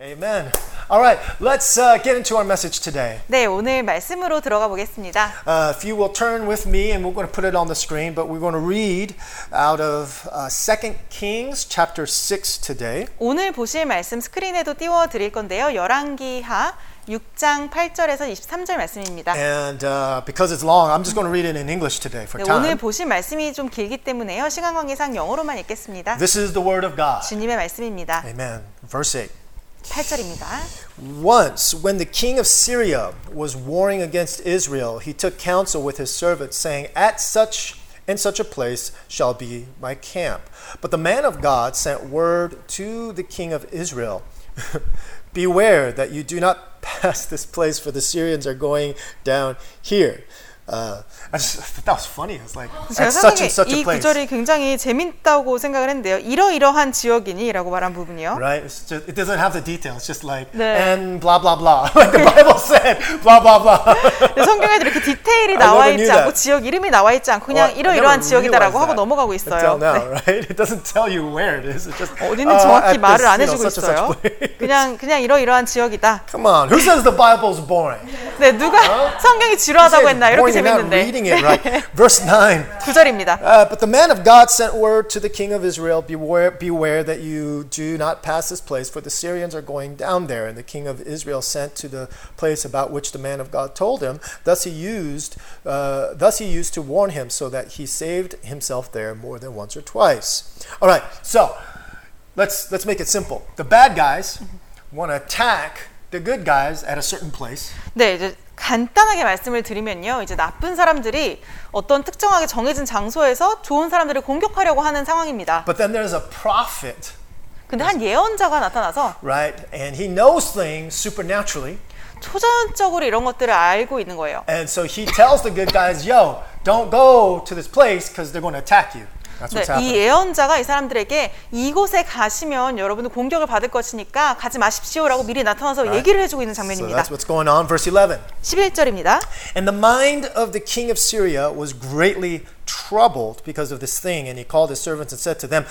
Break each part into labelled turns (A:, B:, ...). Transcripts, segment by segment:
A: Amen. All right, let's uh, get into our message today.
B: 네, 오늘 말씀으로 들어가 보겠습니다.
A: Uh, if you will turn with me, and we're going to put it on the screen, but we're going to read out of uh, 2 Kings chapter 6 today.
B: 오늘 보실 말씀 스크린에도 띄워 드릴 건데요. 열왕기하 6장 8절에서 23절 말씀입니다.
A: And uh, because it's long, I'm just going to read it in English today for
B: 네, 오늘
A: time.
B: 보실 말씀이 좀 길기 때문에요. 시간 관계상 영어로만 읽겠습니다.
A: This is the Word of God.
B: 주님의 말씀입니다.
A: Amen. Verse 8.
B: 8절입니다.
A: Once, when the king of Syria was warring against Israel, he took counsel with his servants, saying, At such and such a place shall be my camp. But the man of God sent word to the king of Israel Beware that you do not pass this place, for the Syrians are going down here. Uh, I just, that was funny. It was like,
B: 제가
A: At such
B: 생각에
A: and such a
B: 이
A: place.
B: 구절이 굉장히 재밌다고 생각을 했는데요. 이러이러한 지역이니라고 말한 부분이요.
A: Right? It's just, it doesn't have the details. It's just like,
B: 네.
A: and blah, blah, blah. Like the Bible said, blah, blah, blah.
B: 근데 성경에도 이렇게 디테일이
A: I
B: 나와
A: never
B: 있지
A: knew
B: 않고
A: that.
B: 지역 이름이 나와 있지 않고
A: Well, I
B: 그냥
A: never
B: 이러이러한
A: realized
B: 지역이다라고 하고
A: that
B: 넘어가고
A: Until
B: 있어요.
A: now, right? It doesn't tell you where it is. It just
B: 어디는
A: uh,
B: 정확히
A: at
B: 말을
A: this,
B: 안
A: you know,
B: 해주고
A: such and such
B: 아, 있어요.
A: place.
B: 그냥 그냥 이러이러한 지역이다.
A: Come on, who says the Bible's boring?
B: 네 누가 성경이 지루하다고 했나
A: boring, you're not
B: 이렇게 재밌는데
A: reading it right. Verse nine.
B: 구절입니다.
A: Uh, but the man of God sent word to the king of Israel, beware, beware that you do not pass this place, for the Syrians are going down there. And the king of Israel sent to the place about which the man of God told him. Thus he used, uh, thus he used to warn him, so that he saved himself there more than once or twice. All right, so let's let's make it simple. The bad guys
B: Mm-hmm.
A: want to attack the good guys at a certain place.
B: 네 이제 간단하게 말씀을 드리면요 이제 나쁜 사람들이 어떤 특정하게 정해진 장소에서 좋은 사람들을 공격하려고 하는 상황입니다.
A: But then there's a prophet,
B: 근데 한 예언자가 나타나서
A: right? And he knows things supernaturally.
B: 초자연적으로 이런 것들을 알고 있는 거예요.
A: And so he tells the good guys, yo, don't go to this place because they're going to attack you. That's
B: 네,
A: what's
B: 이
A: happening.
B: 예언자가 이 사람들에게 이곳에 가시면 여러분들 공격을 받을 것이니까 가지 마십시오라고 미리 나타나서 얘기를 해주고 있는
A: So
B: 장면입니다.
A: that's what's going on. Verse 11.
B: 11절입니다.
A: And the mind of the king of Syria was greatly troubled because of this thing. And he called his servants and said to them,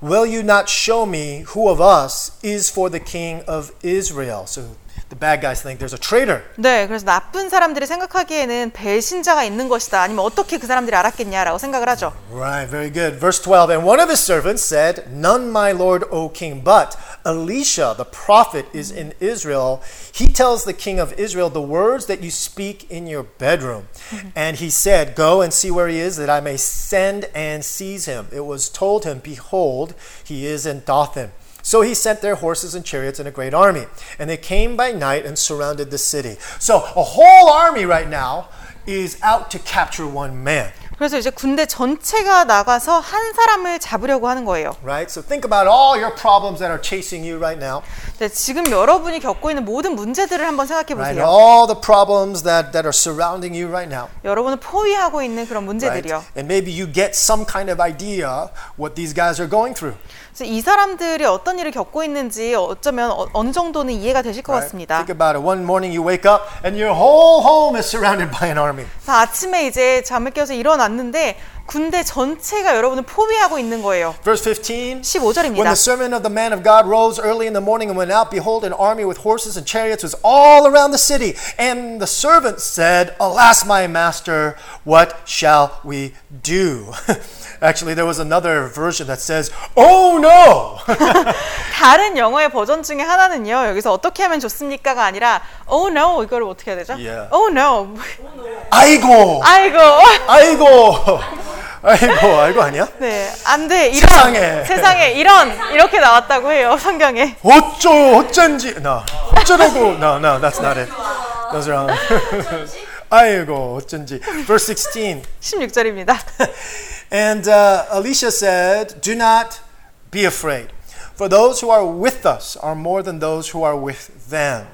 A: Will you not show me who of us is for the king of Israel? So the bad guys think there's a traitor.
B: 네, 그래서 나쁜 사람들이 생각하기에는 배신자가 있는 것이다. 아니면 어떻게 그 사람들이 알았겠냐라고 생각을 하죠.
A: Right, very good. Verse 12. And one of his servants said, None, my lord, O king, but Elisha, the prophet, is in Israel. He tells the king of Israel the words that you speak in your bedroom. And he said, Go and see where he is, that I may send and seize him. It was told him, Behold, he is in Dothan. So he sent their horses and chariots and a great army. And they came by night and surrounded the city. So a whole army right now is out to capture one man.
B: 그래서 이제 군대 전체가 나가서 한 사람을 잡으려고 하는 거예요.
A: right? So think about all your problems that are chasing you right now,
B: 네, 지금 여러분이 겪고 있는 모든 문제들을 한번 생각해
A: right?
B: 보세요.
A: All the problems that, that are surrounding you right now,
B: 여러분을 포위하고 있는 그런
A: right?
B: 문제들이요.
A: And maybe you get some kind of idea what these guys are going through.
B: 그래서 이 사람들이 어떤 일을 겪고 있는지 어쩌면 어, 어느 정도는 이해가 되실 것
A: right?
B: 같습니다.
A: Think about it. One morning you wake up and your whole home is surrounded by an army.
B: 그래서 아침에 이제 잠을 깨서 일어났는데 군대 전체가 여러분을 포위하고 있는 거예요.
A: Verse 15. When the
B: 15절입니다.
A: servant of the man of God rose early in the morning and went out, behold, an army with horses and chariots was all around the city. And the servant said, Alas, my master, what shall we do? Actually, there was another version that says, Oh no!
B: 다른 영어의 버전 중에 하나는요. 여기서 어떻게 하면 좋습니까가 아니라 oh no 이걸 어떻게 해야 되죠?
A: Yeah.
B: oh no.
A: 아이고!
B: 아이고.
A: 아이고! 아이고, 아이고 아니야?
B: 네. 안 돼. 이런
A: 세상에.
B: 세상에 이런 이렇게 나왔다고 해요. 성경에.
A: 어쩌, 어쩐지. No. 어쩌라고. No, no, that's not it. Those are all. 아이고, 어쩐지. Verse 16.
B: 16절입니다.
A: And uh, Elisha said, Do not be afraid, for those who are with us are more than those who are with them.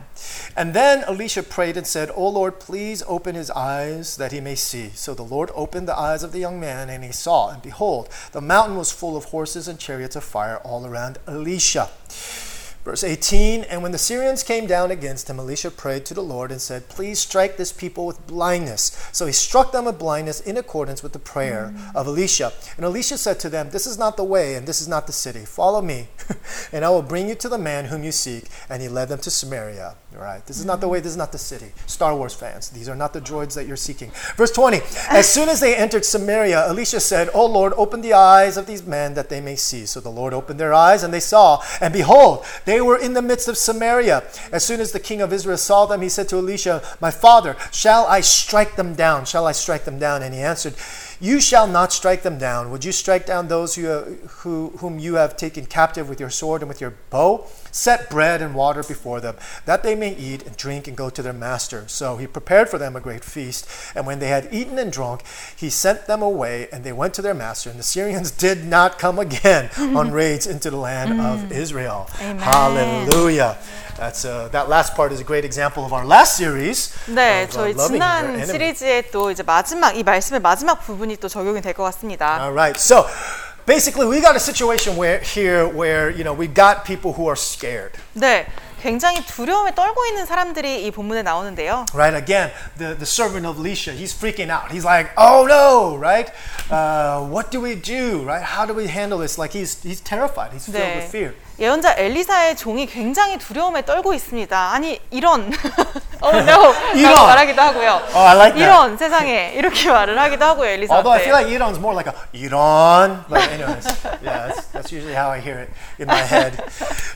A: And then Elisha prayed and said, O Lord, please open his eyes that he may see. So the Lord opened the eyes of the young man, and he saw. And behold, the mountain was full of horses and chariots of fire all around Elisha. Verse 18 And when the Syrians came down against him, Elisha prayed to the Lord and said, Please strike this people with blindness. So he struck them with blindness in accordance with the prayer of Elisha. And Elisha said to them, This is not the way, and this is not the city. Follow me, and I will bring you to the man whom you seek. And he led them to Samaria. All right, this is not the way, this is not the city. Star Wars fans, these are not the droids that you're seeking. Verse 20 As soon as they entered Samaria, Elisha said, O Lord, open the eyes of these men that they may see. So the Lord opened their eyes, and they saw. And behold, they were in the midst of Samaria. As soon as the king of Israel saw them, he said to Elisha, My father, shall I strike them down? Shall I strike them down? And he answered, You shall not strike them down. Would you strike down those who, uh, who, whom you have taken captive with your sword and with your bow? Set bread and water before them, that they may eat and drink and go to their master. So he prepared for them a great feast. And when they had eaten and drunk, he sent them away, and they went to their master. And the Syrians did not come again on raids into the land
B: Mm.
A: of Israel. Hallelujah. That's uh, that last part is a great example of our last series.
B: 네,
A: of, uh,
B: 저희
A: loving your
B: 지난
A: enemy.
B: 시리즈의 또 이제 마지막 이 말씀의 마지막 부분이 또 적용이 될 것 같습니다.
A: All right, so basically we got a situation where here where you know we've got people who are scared.
B: 네, 굉장히 두려움에 떨고 있는 사람들이 이 본문에 나오는데요.
A: Right again, the, the servant of Elisha, he's freaking out. He's like, "Oh no!" Right? Uh, what do we do? Right? How do we handle this? Like he's he's terrified. He's filled with
B: 네.
A: fear.
B: 예언자 엘리사의 종이 굉장히 두려움에 떨고 있습니다. 아니 이런, oh no,
A: 이런.
B: 라고 말하기도 하고요.
A: Oh, I like that.
B: 이런 세상에 이렇게 말을 하기도 하고요,
A: Although I
B: 엘리사한테.
A: feel like Iran's more like a Iran, but anyways, yeah, that's, that's usually how I hear it in my head.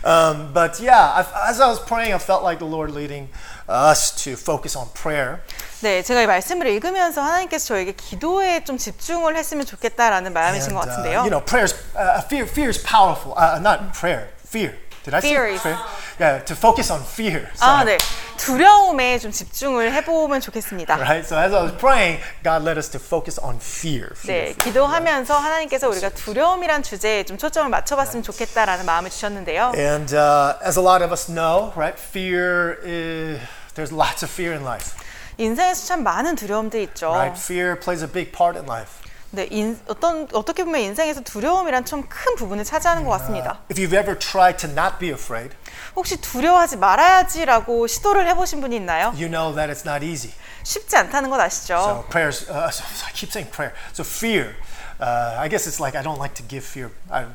A: Um, but yeah, I, as I was praying, I felt like the Lord leading us to focus on prayer.
B: 네, 제가 이 말씀을 읽으면서 하나님께서 저에게 기도에 좀 집중을 했으면 좋겠다라는 마음이신 것
A: And, uh,
B: 같은데요.
A: you know, prayer's uh, fear. Fear is powerful. Uh, not prayer. Fear. Did I
B: Fear
A: say
B: is-
A: prayer? Yeah, to focus on fear. So,
B: 아, 네. 두려움에 좀 집중을 해보면 좋겠습니다.
A: Right. So as I was praying, God led us to focus on fear. fear,
B: 네,
A: fear.
B: 기도하면서 하나님께서 우리가 두려움이란 주제에 좀 초점을 맞춰봤으면 좋겠다라는 마음을 주셨는데요.
A: And uh, as a lot of us know, right, fear is there's lots of fear in life.
B: 인생에서 참 많은 두려움들이 있죠.
A: Right? Fear plays a big part in life.
B: 네, 인, 어떤 어떻게 보면 인생에서 두려움이란 참 큰 부분을 차지하는 것 같습니다.
A: If you've ever tried to not be afraid,
B: 혹시 두려워하지 말아야지라고 시도를 해보신 분이 있나요?
A: you know that it's not easy.
B: 쉽지 않다는 것 아시죠?
A: So prayers. Uh, so I keep saying prayer. So fear. Uh, I guess it's like I don't like to give fear I,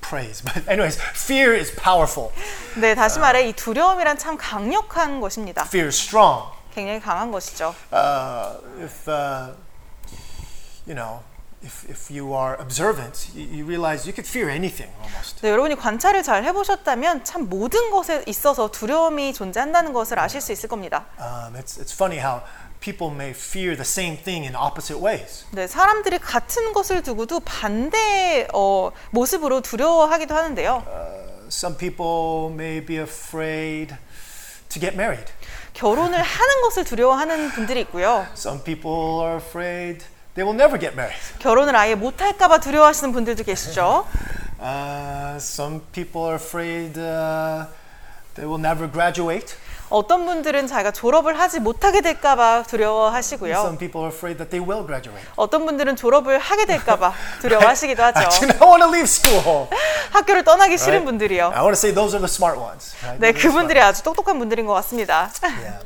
A: praise, but anyways, fear is powerful.
B: 네, 다시 말해 이 두려움이란 참 강력한 것입니다.
A: Fear is strong.
B: 굉장히 강한 것이죠.
A: Uh, if uh, you know, if if you are observant, you, you realize you could fear anything almost.
B: 네, 여러분이 관찰을 잘 해보셨다면 참 모든 것에 있어서 두려움이 존재한다는 것을 아실 수 있을 겁니다.
A: Um, it's it's funny how people may fear the same thing in opposite ways.
B: 네, 사람들이 같은 것을 두고도 반대의 어, 모습으로 두려워하기도 하는데요.
A: Some people may be afraid to get married.
B: 결혼을 하는 것을 두려워하는 분들이 있고요.
A: Some people are afraid they will never get married.
B: 결혼을 아예 못할까봐 두려워하시는 분들도 계시죠.
A: Uh, some people are afraid uh, they will never graduate.
B: 어떤 분들은 자기가 졸업을 하지 못하게 될까봐
A: Some
B: 두려워하시고요.
A: people are afraid that they will graduate.
B: 어떤 분들은 졸업을 하게 될까봐 두려워하시기도
A: I
B: 하죠.
A: do not want to leave school.
B: 학교를 떠나기 싫은
A: right?
B: 분들이요.
A: I want to say those are the smart ones. right? Those
B: 네,
A: are the
B: 그분들이 아주 똑똑한 분들인 것 같습니다.
A: smart- yeah.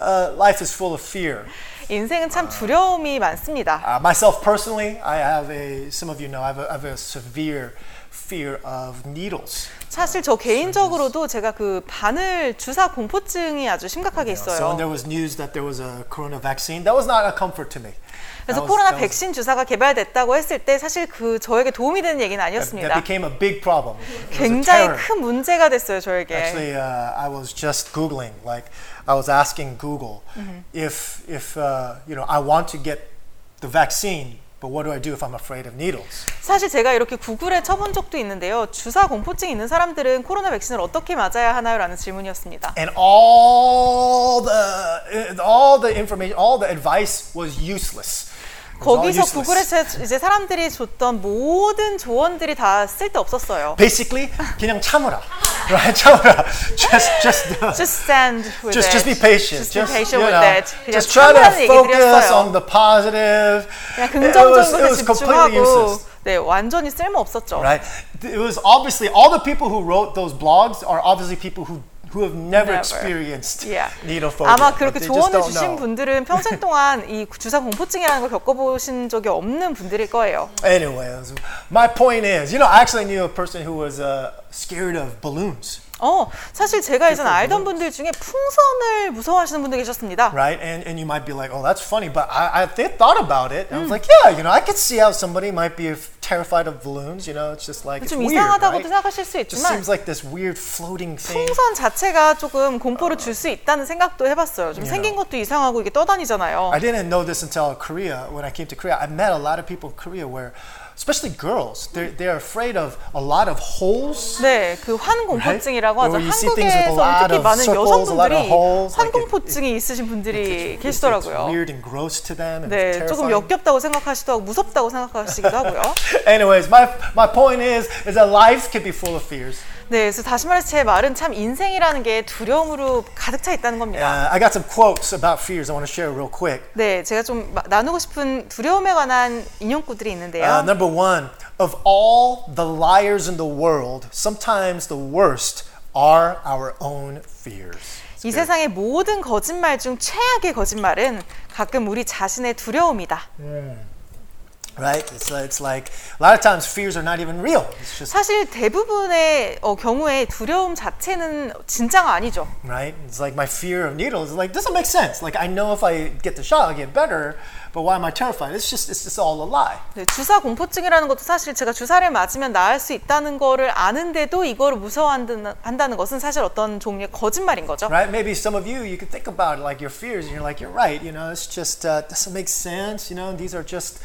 A: Uh, life is full of fear.
B: 인생은 참 두려움이 많습니다.
A: Uh, myself personally, I have a. Some of you know I have a, I have a severe fear of needles.
B: 사실 저 개인적으로도 제가 그 바늘 주사 공포증이 아주 심각하게
A: So when
B: 있어요.
A: there was news that there was a corona vaccine, that was not a comfort to me. That
B: 그래서
A: was-
B: 코로나
A: that was-
B: 백신 주사가 개발됐다고 했을 때 사실 그 저에게 도움이 되는 얘기는
A: That
B: 아니었습니다.
A: became a big problem. It was a
B: 굉장히
A: terror.
B: 큰 문제가 됐어요, 저에게.
A: Actually, uh, I was just googling. Like, I was asking Google
B: Mm-hmm.
A: if if uh, you know I want to get the vaccine, but what do I do if I'm afraid of needles?
B: 사실 제가 이렇게 구글에 쳐본 적도 있는데요. 주사 공포증 있는 사람들은 코로나 백신을 어떻게 맞아야 하나요? 라는 질문이었습니다.
A: And all the uh, all the information, all the advice was useless. It was all
B: 거기서
A: useless.
B: 구글에서 이제 사람들이 줬던 모든 조언들이 다 쓸데없었어요.
A: Basically, 그냥 참으라, right? 참으라. Just just. uh,
B: Just stand with
A: just,
B: it.
A: just be patient.
B: Just be patient
A: you
B: with
A: know,
B: it. 그냥
A: Just try
B: 참으라는
A: to
B: 얘기
A: focus
B: 드렸어요.
A: on the positive.
B: 그냥
A: It was, it
B: 긍정적으로
A: was completely
B: 집중하고
A: useless.
B: 네, 완전히 쓸모 없었죠.
A: right? It was obviously all the people who wrote those blogs are obviously people who who have never,
B: Never.
A: experienced
B: Yeah.
A: needle phobia.
B: 아마
A: but
B: 그렇게
A: they just
B: 조언해
A: don't
B: 주신
A: know.
B: 분들은 평생 동안 이 주사 공포증이라는 걸 겪어보신 적이 없는 분들일 거예요.
A: Anyways, my point is, you know, I actually knew a person who was uh, scared of balloons,
B: 어, 사실 제가 예전 알던 분들 중에 풍선을 무서워하시는 분도 계셨습니다.
A: right? And and you might be like, oh, that's funny, but I, I th- thought about it. And I was like, yeah, you know, I could see how somebody might be f- terrified of balloons. You know, it's just like it's
B: 좀
A: weird,
B: 이상하다고도
A: right?
B: 생각하실 수
A: Just
B: 있지만
A: seems like this weird floating thing.
B: 풍선 자체가 조금 공포를 줄 수 있다는 생각도 해봤어요. 좀 생긴 것도 이상하고 이게 떠다니잖아요.
A: I didn't know this until Korea. When I came to Korea, I met a lot of people in Korea where, especially girls, they're, they're afraid of a lot of holes.
B: 네, 그 환공포증이라고 하죠.
A: Where you see things with a lot
B: 한국에서 특히
A: of
B: 많은
A: circles, a lot of
B: 여성분들이
A: holes, like it-
B: 환공포증이 있으신 분들이
A: It's- it's
B: 계시더라고요.
A: weird and gross to them. And it's
B: 네, 조금
A: terrifying.
B: 역겹다고 생각하시기도 하고 무섭다고 생각하시기도 하고요.
A: Anyways, my my point is is that lives can be full of fears.
B: 네, 그래서 다시 말해서 제 말은 참 인생이라는 게 두려움으로 가득 차 있다는 겁니다.
A: Uh, I got some quotes about fears I want to share real quick.
B: 네, 제가 좀 마- 나누고 싶은 두려움에 관한 인용구들이
A: Uh,
B: 있는데요.
A: number one, of all the liars in the world, sometimes the worst are our own fears.
B: 이 세상의 모든 거짓말 중 최악의 거짓말은 가끔 우리 자신의 두려움이다.
A: 네. Right? It's, it's like a lot of times fears are not even real. It's just
B: 사실 대부분의 어, 경우에 두려움 자체는 진짜가 아니죠.
A: right? It's like my fear of needles. Like doesn't make sense. Like I know if I get the shot, I'll get better, but why am I terrified? It's just it's just all a lie.
B: 네, 주사 공포증이라는 것도 사실 제가 주사를 맞으면 나을 수 있다는 거를 아는데도 이걸 무서워한다는 것은 사실 어떤 종류의 거짓말인 거죠.
A: Right? Maybe some of you you could think about like your fears, and you're like, you're right. You know, it's just uh, doesn't make sense. You know, these are just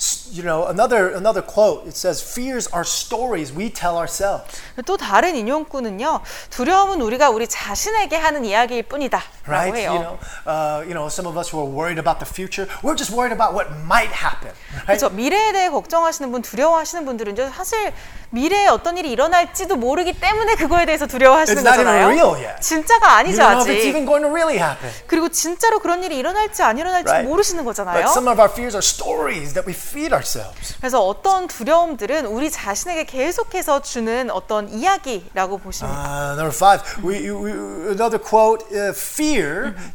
A: s- you know another another quote. It says fears are stories we tell ourselves.
B: 또 다른 인용구는요. 두려움은 우리가 우리 자신에게 하는 이야기일 뿐이다라고
A: Right?
B: 해요.
A: You know, uh, you know, some of us who are worried about the future, we're just worried about what might happen. Right?
B: 그렇죠. 미래에 대해 걱정하시는 분, 두려워하시는 분들은 이제 사실 미래에 어떤 일이 일어날지도 모르기 때문에 그거에 대해서 두려워하시는
A: It's not even
B: 거잖아요.
A: real yet.
B: 진짜가
A: you
B: 아니죠,
A: don't know if it's
B: 아직.
A: even going to really happen.
B: 그리고 진짜로 그런 일이 일어날지 안 일어날지
A: Right.
B: 모르시는
A: But
B: 거잖아요.
A: some of our fears are stories that we feed ourselves.
B: 그래서 어떤 두려움들은 우리 자신에게 계속해서 주는 어떤 이야기라고 보시면
A: Uh, number five, we, we, another quote: uh, "Fear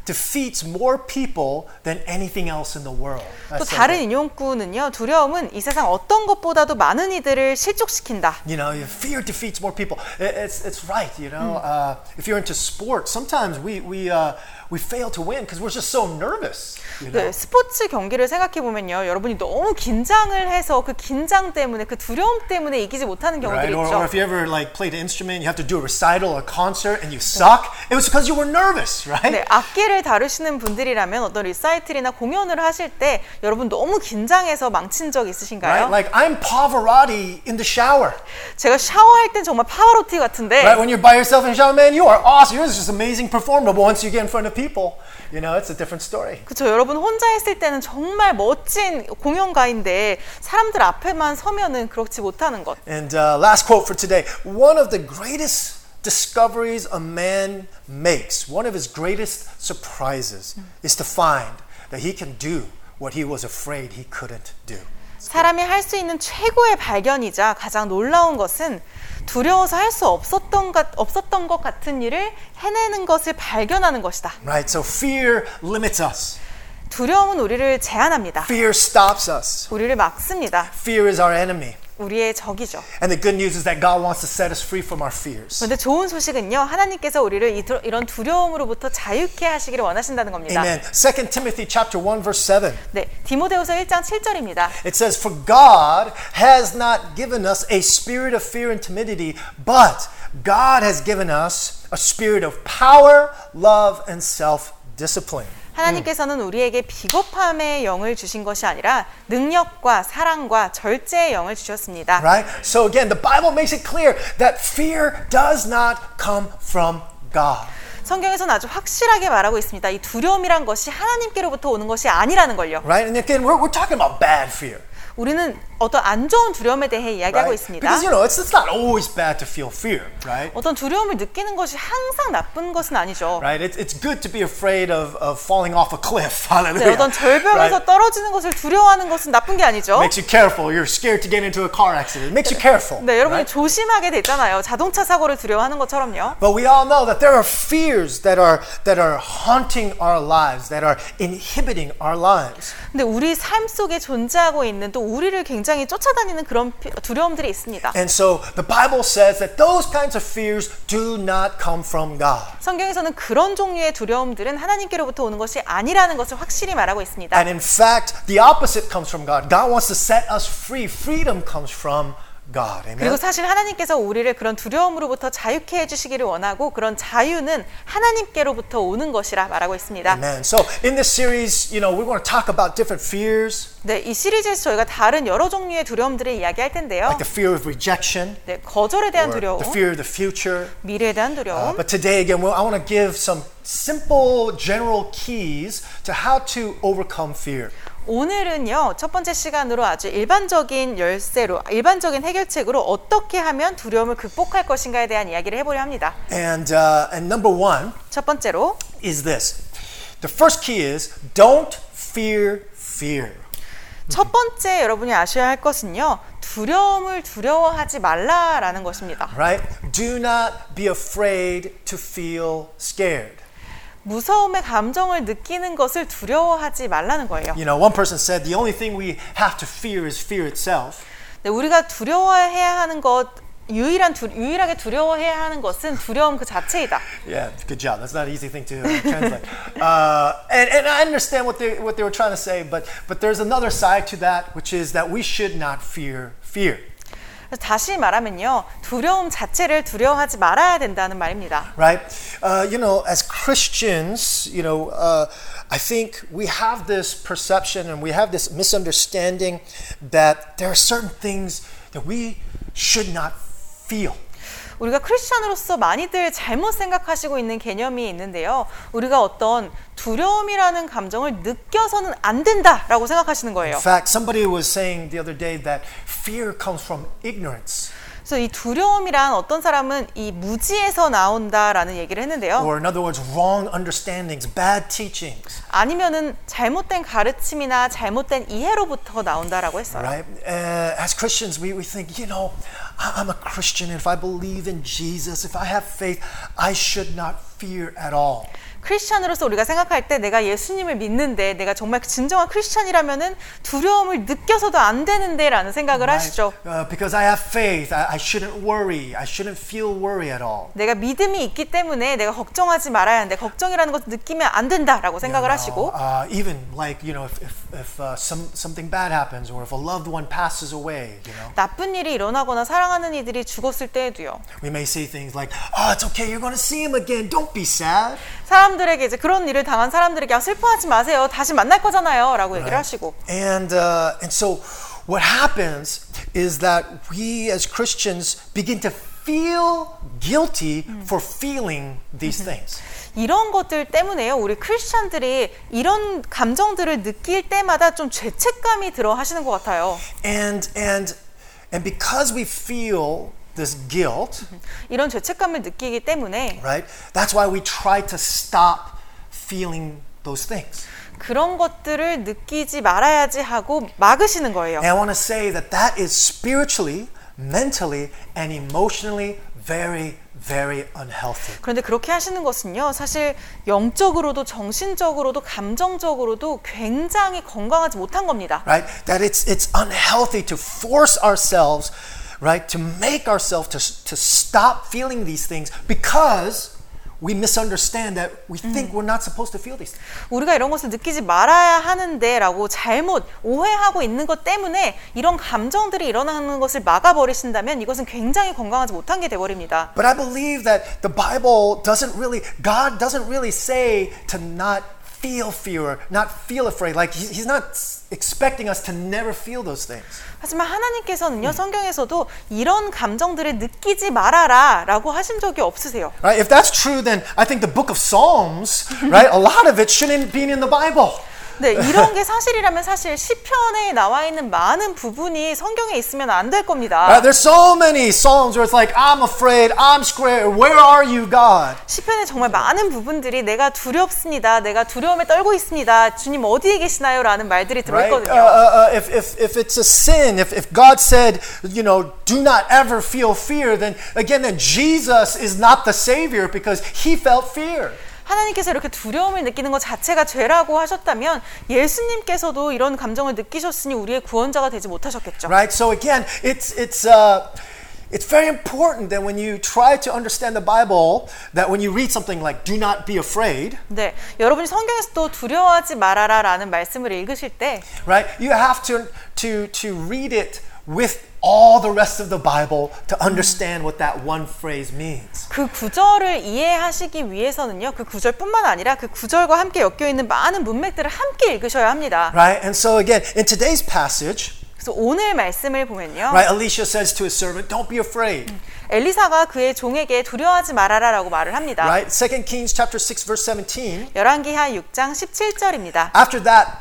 A: defeats more people than anything else in the world."
B: 또
A: That's so
B: 다른
A: good.
B: 인용구는요. 두려움은 이 세상 어떤 것보다도 많은 이들을 실족시킨다.
A: You know, your fear defeats more people. It- it's, it's right. You know, uh, if you're into sports, sometimes we we uh, we fail to win because we're just so nervous. You know,
B: 네, 스포츠 경기를 생각해 보면요, 여러분이 너무 긴장을 해서 그 긴장 때문에 그 두려움 때문에 이기지 못하는
A: right?
B: 경우들이
A: Or, or if
B: 있죠.
A: you ever like played an instrument, you have to do a recital or concert, and you suck. It was because you were nervous, right?
B: 네, 악기를 다루시는 분들이라면 어떤 리사이틀이나 공연을 하실 때 여러분 너무 긴장해서 망친 적 있으신가요?
A: Right? Like I'm Pavarotti in the shower.
B: 제가 샤워할 땐 정말 파워로티 같은데
A: Right? When you're by yourself in the shower, man, you are awesome. You're just an amazing performer. But once you get in front of people, you know, it's a different story.
B: 그쵸 여러분 혼자 했을 때는 정말 멋진 공연가인데 사람들 앞에만 서면은 그렇지 못하는 것.
A: And uh, last quote for today one of the greatest discoveries a man makes, one of his greatest surprises, is to find that he can do what he was afraid he couldn't do.
B: 사람이 할 수 있는 최고의 발견이자 가장 놀라운 것은 두려워서 할 수 없었던, 것- 없었던 것 같은 일을 해내는 것을 발견하는 것이다.
A: Right? So fear limits us,
B: 두려움은 우리를 제한합니다.
A: fear stops us,
B: 우리를 막습니다.
A: fear is our enemy.
B: 우리의 적이죠.
A: And the good news is that God wants to set us free from our fears.
B: 그런데 좋은 소식은요. 하나님께서 우리를 이 두- 이런 두려움으로부터 자유케 하시기를 원하신다는 겁니다.
A: Amen. 2 Timothy chapter 1 verse 7.
B: 네. 디모데후서 1장 7절입니다.
A: It says, For God has not given us a spirit of fear and timidity, but God has given us a spirit of power, love, and self discipline.
B: 하나님께서는 우리에게 비겁함의 영을 주신 것이 아니라 능력과 사랑과 절제의 영을 주셨습니다.
A: Right? So again, the Bible makes it clear that fear does not come from God.
B: 성경에서는 아주 확실하게 말하고 있습니다. 이 두려움이란 것이 하나님께로부터 오는 것이 아니라는 걸요.
A: Right? And again, we're, we're talking about bad fear.
B: 우리는 어떤 안 좋은 두려움에 대해 이야기하고
A: Right?
B: 있습니다.
A: Because you know, it's, it's not always bad to feel fear, right?
B: 어떤 두려움을 느끼는 것이 항상 나쁜 것은 아니죠.
A: Right? It's, it's good to be afraid of, of falling off a cliff. Hallelujah.
B: 네, 어떤 절벽에서
A: Right?
B: 떨어지는 것을 두려워하는 것은 나쁜 게 아니죠.
A: Makes you careful. You're scared to get into a car accident. It makes you careful.
B: 네, 여러분이
A: right?
B: 조심하게 되잖아요. 자동차 사고를 두려워하는 것처럼요.
A: But we all know that there are fears that are that are haunting our lives, that are inhibiting our lives.
B: 근데 우리 삶 속에 존재하고 있는 또 우리를 굉장히 쫓아다니는 그런 피- 두려움들이 있습니다.
A: And so the Bible says that those kinds of fears do not come from God.
B: 성경에서는 그런 종류의 두려움들은 하나님께로부터 오는 것이 아니라는 것을 확실히 말하고 있습니다.
A: And in fact, the opposite comes from God. God wants to set us free. Freedom comes from God.
B: 그리고
A: Amen.
B: 사실 하나님께서 우리를 그런 두려움으로부터 자유케 해주시기를 원하고 그런 자유는 하나님께로부터 오는 것이라 말하고 있습니다.
A: Amen. So in this series, you know, we want to talk about different fears,
B: 네, 이 시리즈에서 저희가 다른 여러 종류의 두려움들을 이야기할 텐데요.
A: like the fear of rejection,
B: 네, 거절에 대한
A: or
B: 두려움,
A: the fear of the future.
B: 미래에 대한
A: Uh,
B: 두려움.
A: but today, again, well, I want to give some simple general keys to how to overcome fear.
B: 오늘은요, 첫 번째 시간으로 아주 일반적인 열쇠로, 일반적인 해결책으로 어떻게 하면 두려움을 극복할 것인가에 대한 이야기를 해보려 합니다.
A: And, uh, and number one
B: 첫 번째로
A: is this the first key is don't fear fear.
B: 첫 번째 여러분이 아셔야 할 것은요, 두려움을 두려워하지 말라라는 것입니다.
A: Right? Do not be afraid to feel scared.
B: 무서움의 감정을 느끼는 것을 두려워하지 말라는 거예요.
A: You know, one person said the only thing we have to fear is fear itself.
B: 네, 우리가 두려워해야 하는 것, 유일한 두, 유일하게 두려워해야 하는 것은 두려움 그 자체이다.
A: Yeah, good job. That's not an easy thing to uh, translate. uh, and, and I understand what they, what they were trying to say, but, but there's another side to that, which is that we should not fear fear.
B: 그래서 다시 말하면요, 두려움 자체를 두려워하지 말아야 된다는 말입니다.
A: right? Uh, you know, as Christians, you know, uh, I think we have this perception and we have this misunderstanding that there are certain things that we should not feel.
B: 우리가 크리스천으로서 많이들 잘못 생각하시고 있는 개념이 있는데요, 우리가 어떤 두려움이라는 감정을 느껴서는 안 된다라고 생각하시는 거예요.
A: In fact, somebody was saying the other day that fear comes from ignorance,
B: 그래서 이 두려움이란 어떤 사람은 이 무지에서 나온다라는 얘기를 했는데요.
A: or in other words, wrong understandings, bad teachings,
B: 아니면은 잘못된 가르침이나 잘못된 이해로부터 나온다라고 했어요.
A: right? Uh, as Christians, we, we think, you know, I- I'm a Christian, and if I believe in Jesus, if I have faith, I should not fear at all.
B: 크리스천으로서 우리가 생각할 때 내가 예수님을 믿는데 내가 정말 진정한 크리스천이라면은 두려움을 느껴서도 안 되는데라는 생각을 하시죠.
A: I- uh, because I have faith, I, I shouldn't worry. I shouldn't feel worry at all.
B: 내가 믿음이 있기 때문에 내가 걱정하지 말아야 하는데 걱정이라는 것을 느끼면 안 된다라고 생각을 하시고
A: Uh, even like you know, if if, if uh, some something bad happens or if a loved one passes away, you know,
B: 나쁜 일이 일어나거나 사랑하는 이들이 죽었을 때에도요.
A: we may say things like, "Oh, it's okay. You're going to see him again. Don't be sad."
B: 사람들에게 이제 그런 일을 당한 사람들에게 아, 슬퍼하지 마세요. 다시 만날 거잖아요라고 얘기를 하시고
A: And uh, and so, what happens is that we as Christians begin to feel guilty for feeling these things.
B: 이런 것들 때문에요. 우리 크리스천들이 이런 감정들을 느낄 때마다 좀 죄책감이 들어 하시는 것 같아요.
A: And and and because we feel this guilt.
B: 이런 죄책감을 느끼기 때문에
A: right? That's why we try to stop feeling those things.
B: 그런 것들을 느끼지 말아야지 하고 막으시는 거예요.
A: And I want to say that that is spiritually, mentally, and emotionally very, very unhealthy.
B: 그런데 그렇게 하시는 것은요, 사실 영적으로도 정신적으로도 감정적으로도 굉장히 건강하지 못한 겁니다.
A: Right? That it's it's unhealthy to force ourselves, right, to make ourselves to, to stop feeling these things because we misunderstand that we think we're not supposed to feel these things.
B: 우리가 이런 것을 느끼지 말아야 하는데라고 잘못 오해하고 있는 것 때문에 이런 감정들이 일어나는 것을 막아버리신다면 이것은 굉장히 건강하지 못한 게 돼버립니다.
A: But I believe that the Bible doesn't really, God doesn't really say to not feel fear, not feel afraid. Like he- He's not s- expecting us to never feel those things.
B: 하지만 하나님께서는요 성경에서도 이런 감정들을 느끼지 말아라라고 하신 적이 없으세요.
A: Right? If that's true, then I think the book of Psalms, right, a lot of it shouldn't be in the Bible.
B: 네, 이런 게 사실이라면 사실 시편에 나와 있는 많은 부분이 성경에 있으면 안 될
A: Uh,
B: 겁니다.
A: there's so many Psalms where it's like, I'm afraid, I'm scared, where are you, God?
B: 시편에 정말 많은 부분들이 내가 두렵습니다. 내가 두려움에 떨고 있습니다. 주님 어디에 계시나요? 라는 말들이
A: Right? Uh,
B: 들어있거든요.
A: uh, uh, if, if, if it's a sin, if, if God said, you know, do not ever feel fear, then again, then Jesus is not the Savior because he felt fear.
B: 하나님께서 이렇게 두려움을 느끼는 것 자체가 죄라고 하셨다면 예수님께서도 이런 감정을 느끼셨으니 우리의 구원자가 되지 못하셨겠죠.
A: Right? So again, it's, it's, uh, it's very important that when you try to understand the Bible, that when you read something like, do not be afraid,
B: 네, 여러분이 성경에서도 두려워하지 말아라라는 말씀을 읽으실 때
A: right? You have to to to read it with all the rest of the Bible to understand what that one phrase means.
B: 그 구절을 이해하시기 위해서는요, 그 구절뿐만 아니라 그 구절과 함께 엮여 있는 많은 문맥들을 함께 읽으셔야 합니다.
A: Right? And so again, in today's passage,
B: 그래서 오늘 말씀을 보면요,
A: right, Elisha says to his servant, Don't be afraid.
B: 엘리사가 그의 종에게 두려워하지 말아라라고 말을 합니다.
A: Right? Second Kings chapter six, verse seventeen.
B: 열왕기하 6장 17절입니다.
A: After that,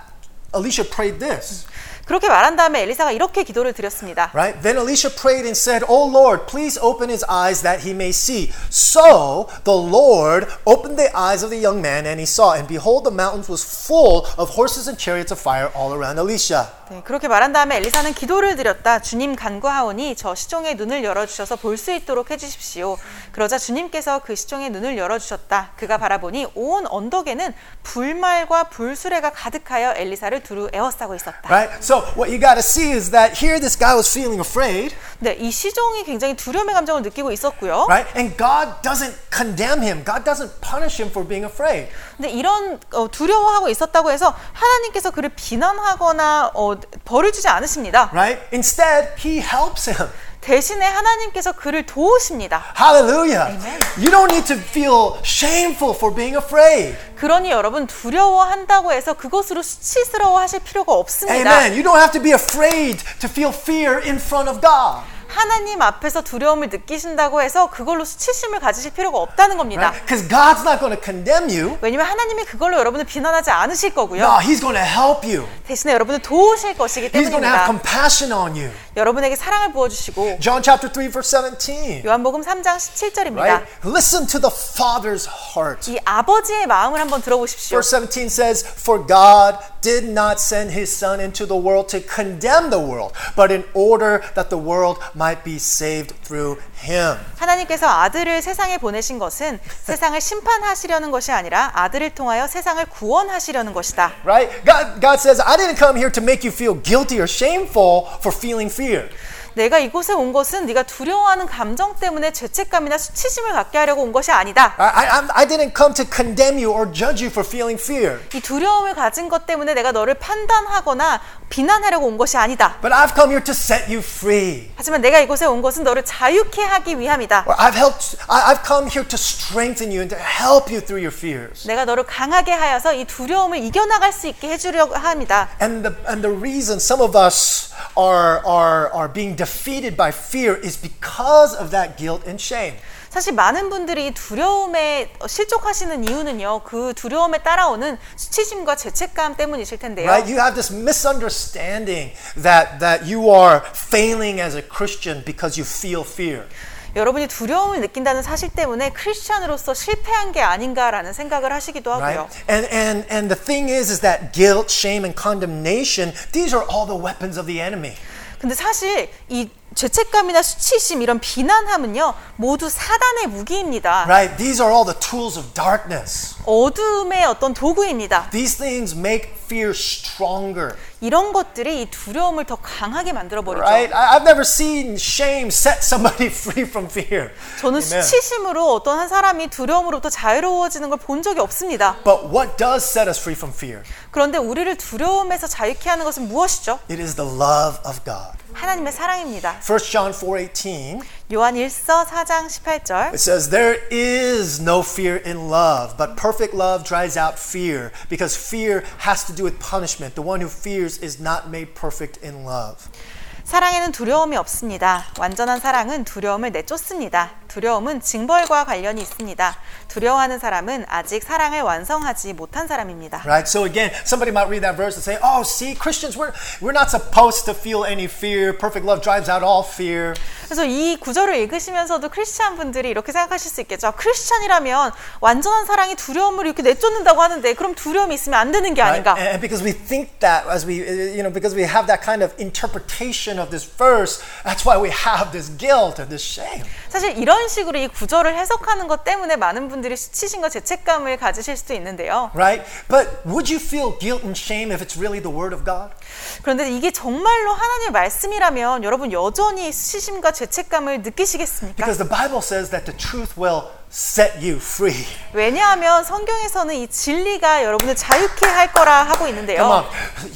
A: Elisha prayed this.
B: 그렇게 말한 다음에 엘리사가 이렇게 기도를 드렸습니다.
A: Right? Then Elisha prayed and said, O Lord, please open his eyes that he may see. So the Lord opened the eyes of the young man, and he saw. And behold, the mountains was full of horses and chariots of fire all around Elisha.
B: 네, 그렇게 말한 다음에 엘리사는 기도를 드렸다. 주님 간구하오니 저 시종의 눈을 열어주셔서 볼 수 있도록 해주십시오. 그러자 주님께서 그 시종의 눈을 열어주셨다. 그가 바라보니 온 언덕에는 불말과 불수레가 가득하여 엘리사를 두루 에워싸고 있었다.
A: Right? So what you got to see is that here this guy was feeling afraid,
B: 네, 이 시종이 굉장히 두려움의 감정을 느끼고 있었고요.
A: right? And God doesn't condemn him. God doesn't punish him for being afraid.
B: 근데 이런 어, 두려워하고 있었다고 해서 하나님께서 그를 비난하거나 어, 벌을 주지 않으십니다.
A: Right? Instead, he helps him.
B: 대신에 하나님께서 그를 도우십니다.
A: Hallelujah.
B: Amen.
A: You don't need to feel shameful for being afraid.
B: 그러니 여러분 두려워한다고 해서 그것으로 수치스러워하실 필요가 없습니다.
A: Amen. You don't have to be afraid to feel fear in front of God.
B: 하나님 앞에서 두려움을 느끼신다고 해서 그걸로 수치심을 가지실 필요가 없다는 겁니다.
A: Because God's not going to condemn you.
B: 왜냐면 하나님이 그걸로 여러분을 비난하지 않으실 거고요.
A: No, He's going to help you.
B: 대신에 여러분을 도우실 것이기
A: 네. He's going to have
B: 때문입니다.
A: compassion on you.
B: 여러분에게 사랑을 부어주시고
A: John chapter 3, verse 17.
B: 요한복음 3장 17절입니다.
A: Right? Listen to the Father's heart.
B: 이 아버지의 마음을 한번 들어보십시오.
A: Verse 17 says, For God did not send his Son into the world to condemn the world, but in order that the world might be saved through him.
B: 하나님께서 아들을 세상에 보내신 것은 세상을 심판하시려는 것이 아니라 아들을 통하여 세상을 구원하시려는 것이다.
A: Right? God, God says, I didn't come here to make you feel guilty or shameful for feeling fear.
B: 내가 이곳에 온 것은 네가 두려워하는 감정 때문에 죄책감이나 수치심을 갖게 하려고 온 것이 아니다.
A: I, I, I'm- I didn't come to condemn you or judge you for feeling fear,
B: 이 두려움을 가진 것 때문에 내가 너를 판단하거나 비난하려고 온 것이 아니다.
A: but I've come here to set you free.
B: 하지만 내가 이곳에 온 것은 너를 자유케 하기 위함이다.
A: Or I've helped, I, I've come here to strengthen you and to help you through your fears.
B: 내가 너를 강하게 하여서 이 두려움을 이겨나갈 수 있게 해주려고 합니다.
A: And the, and the reason some of us are, are, are being defeated by fear is because of that guilt and shame.
B: 사실 많은 분들이 이 두려움에 실족하시는 이유는요, 그 두려움에 따라오는 수치심과 죄책감 때문이실 텐데요.
A: Right? You have this misunderstanding that, that you are failing as a Christian because you feel fear.
B: 여러분이 두려움을 느낀다는 사실 때문에 크리스천으로서 실패한 게 아닌가라는 생각을 하시기도 하고요.
A: Right? And, and, and the thing is, is that guilt, shame, and condemnation, these are all the weapons of the enemy.
B: 근데 사실 이 죄책감이나 수치심 이런 비난함은요 모두 사단의 무기입니다.
A: Right? These are all the tools of darkness.
B: 어둠의 어떤 도구입니다.
A: These things make fear stronger.
B: 이런 것들이 이 두려움을 더 강하게 만들어 버리죠.
A: Right? I, I've never seen shame set somebody free from fear.
B: 저는
A: Amen.
B: 수치심으로 어떤 한 사람이 두려움으로부터 자유로워지는 걸 본 적이 없습니다.
A: But what does set us free from fear?
B: 그런데 우리를 두려움에서 자유케 하는 것은 무엇이죠?
A: It is the love of God.
B: 하나님의 사랑입니다.
A: 1 John 4:18
B: 요한 1서 4장 18절.
A: it says there is no fear in love, but perfect love drives out fear because fear has to do with punishment. The one who fears is not made perfect in love.
B: 사랑에는 두려움이 없습니다. 완전한 사랑은 두려움을 내쫓습니다. 두려움은 징벌과 관련이 있습니다. 두려워하는 사람은 아직 사랑을 완성하지 못한 사람입니다.
A: Right? So again, somebody might read that verse and say, oh, see, Christians, we're, we're not supposed to feel any fear. Perfect love drives out all fear.
B: 그래서 이 구절을 읽으시면서도 크리스찬 분들이 이렇게 생각하실 수 있겠죠. 크리스찬이라면 완전한 사랑이 두려움을 이렇게 내쫓는다고 하는데 그럼 두려움이 있으면 안 되는 게
A: Right?
B: 아닌가?
A: And and because we think that, as we, uh, you know, because we have that kind of interpretation of this verse, that's why we have this guilt and this shame.
B: 사실 이런 식으로 이 구절을 해석하는 것 때문에 많은 분들이 수치심과 죄책감을 가지실 수도 있는데요.
A: Right? But would you feel guilt and shame if it's really the Word of God?
B: 그런데 이게 정말로 하나님의 말씀이라면 여러분 여전히 수치심과 죄책감을 느끼시겠습니까?
A: Because the Bible says that the truth will set you free.
B: 왜냐하면 성경에서는 이 진리가 여러분을 자유케 할 거라 하고
A: Come
B: 있는데요.
A: on.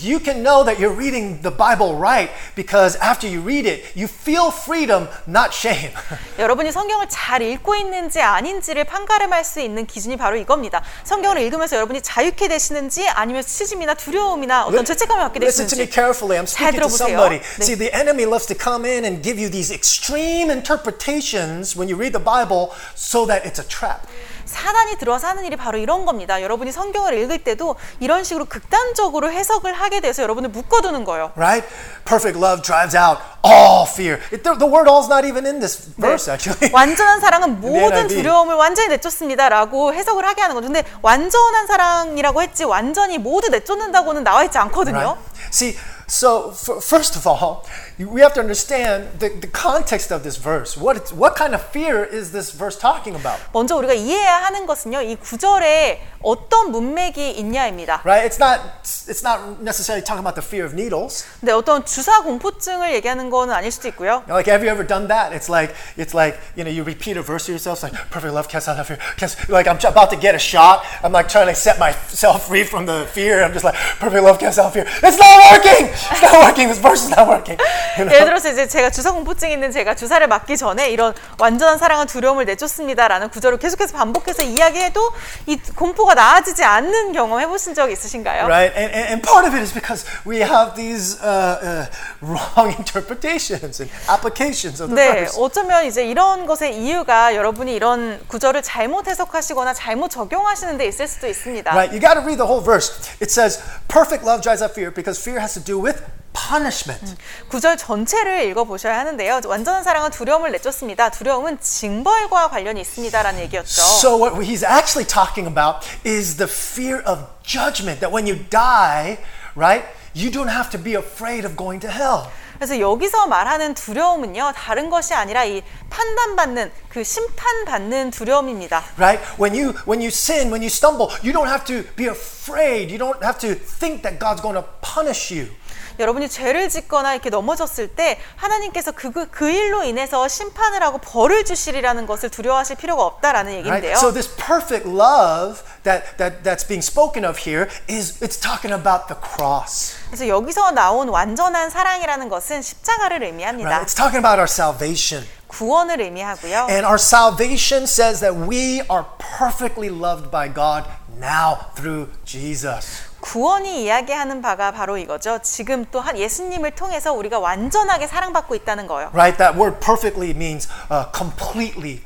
A: You can know that you're reading the Bible right because after you read it, you feel freedom, not shame.
B: 여러분이 성경을 잘 읽고 있는지 아닌지를 판가름할 수 있는 기준이 바로 이겁니다. 성경을 읽으면서 여러분이 자유케 되시는지 아니면 수치심이나 두려움이나 어떤 죄책감을 갖게
A: Listen to me
B: 되시는지
A: carefully. I'm
B: 잘
A: speaking to
B: 들어보세요.
A: somebody.
B: 네.
A: See, the enemy loves to come in and give you these extreme interpretations when you read the Bible so that it's a trap.
B: 사단이 들어와서 하는 일이 바로 이런 겁니다. 여러분이 성경을 읽을 때도 이런 식으로 극단적으로 해석을 하게 돼서 여러분을 묶어두는 거예요.
A: Right? Perfect love drives out all fear. It, the, the word all's not even in this verse, actually.
B: 네.
A: 네,
B: 완전한 사랑은 모든
A: NIV.
B: 두려움을 완전히 내쫓습니다라고 해석을 하게 하는 거죠. 근데 완전한 사랑이라고 했지 완전히 모두 내쫓는다고는 나와 있지 않거든요.
A: Right? See, so f- first of all, you- we have to understand the, the context of this verse. What, it's, what kind of fear is this verse talking about?
B: 먼저 우리가 이해해야 하는 것은요. 이 구절에 어떤 문맥이 있냐입니다.
A: Right? It's not, it's not necessarily talking about the fear of needles.
B: 근데 어떤 주사 공포증을 얘기하는 건 아닐 수도 있고요.
A: You know, like, have you ever done that? It's like, it's like, you know, you repeat a verse to yourself, it's like, perfect love casts out all fear. Casts, like, I'm about to get a shot. I'm like trying to set myself free from the fear. I'm just like, perfect love casts out all fear. It's not working! It's not working. This verse is not working. You know?
B: 예를 들어서 이제 제가 주사 공포증 있는 제가 주사를 맞기 전에 이런 완전한 사랑은 두려움을 내쫓습니다라는 구절을 계속해서 반복해서 이야기해도 이 공포가 나아지지 않는 경험 해보신 적 있으신가요?
A: right? And, and, and part of it is because we have these uh, uh, wrong interpretations and applications of the
B: 네,
A: verse.
B: 어쩌면 이제 이런 것의 이유가 여러분이 이런 구절을 잘못 해석하시거나 잘못 적용하시는 데 있을 수도 있습니다.
A: Right? You got to read the whole verse. It says, perfect love drives out fear because fear has to do with punishment.
B: 구절 전체를 읽어보셔야 하는데요. 완전한 사랑은 두려움을 내쫓습니다. 두려움은 징벌과 관련이 있습니다라는 얘기였죠.
A: So, what he's actually talking about is the fear of judgment that when you die, right, you don't have to be afraid of going to hell.
B: 그래서 여기서 말하는 두려움은요, 다른 것이 아니라 이 판단받는, 그 심판받는 두려움입니다.
A: Right? When you when you sin, when you stumble, you don't have to be afraid. You don't have to think that God's going to punish you.
B: 여러분이 죄를 짓거나 이렇게 넘어졌을 때 하나님께서 그, 그, 그 일로 인해서 심판을 하고 벌을 주시리라는 것을 두려워하실 필요가 없다라는 얘기인데요.
A: Right? So this perfect love that, that that's being spoken of here is it's talking about the cross.
B: 그래서 여기서 나온 완전한 사랑이라는 것은 십자가를 의미합니다.
A: Right? It's talking about our salvation.
B: 구원을 의미하고요.
A: And our salvation says that we are perfectly loved by God now through Jesus.
B: 구원이 이야기하는 바가 바로 이거죠. 지금 또한 예수님을 통해서 우리가 완전하게 사랑받고 있다는 거예요.
A: Right? That word perfectly means uh, completely,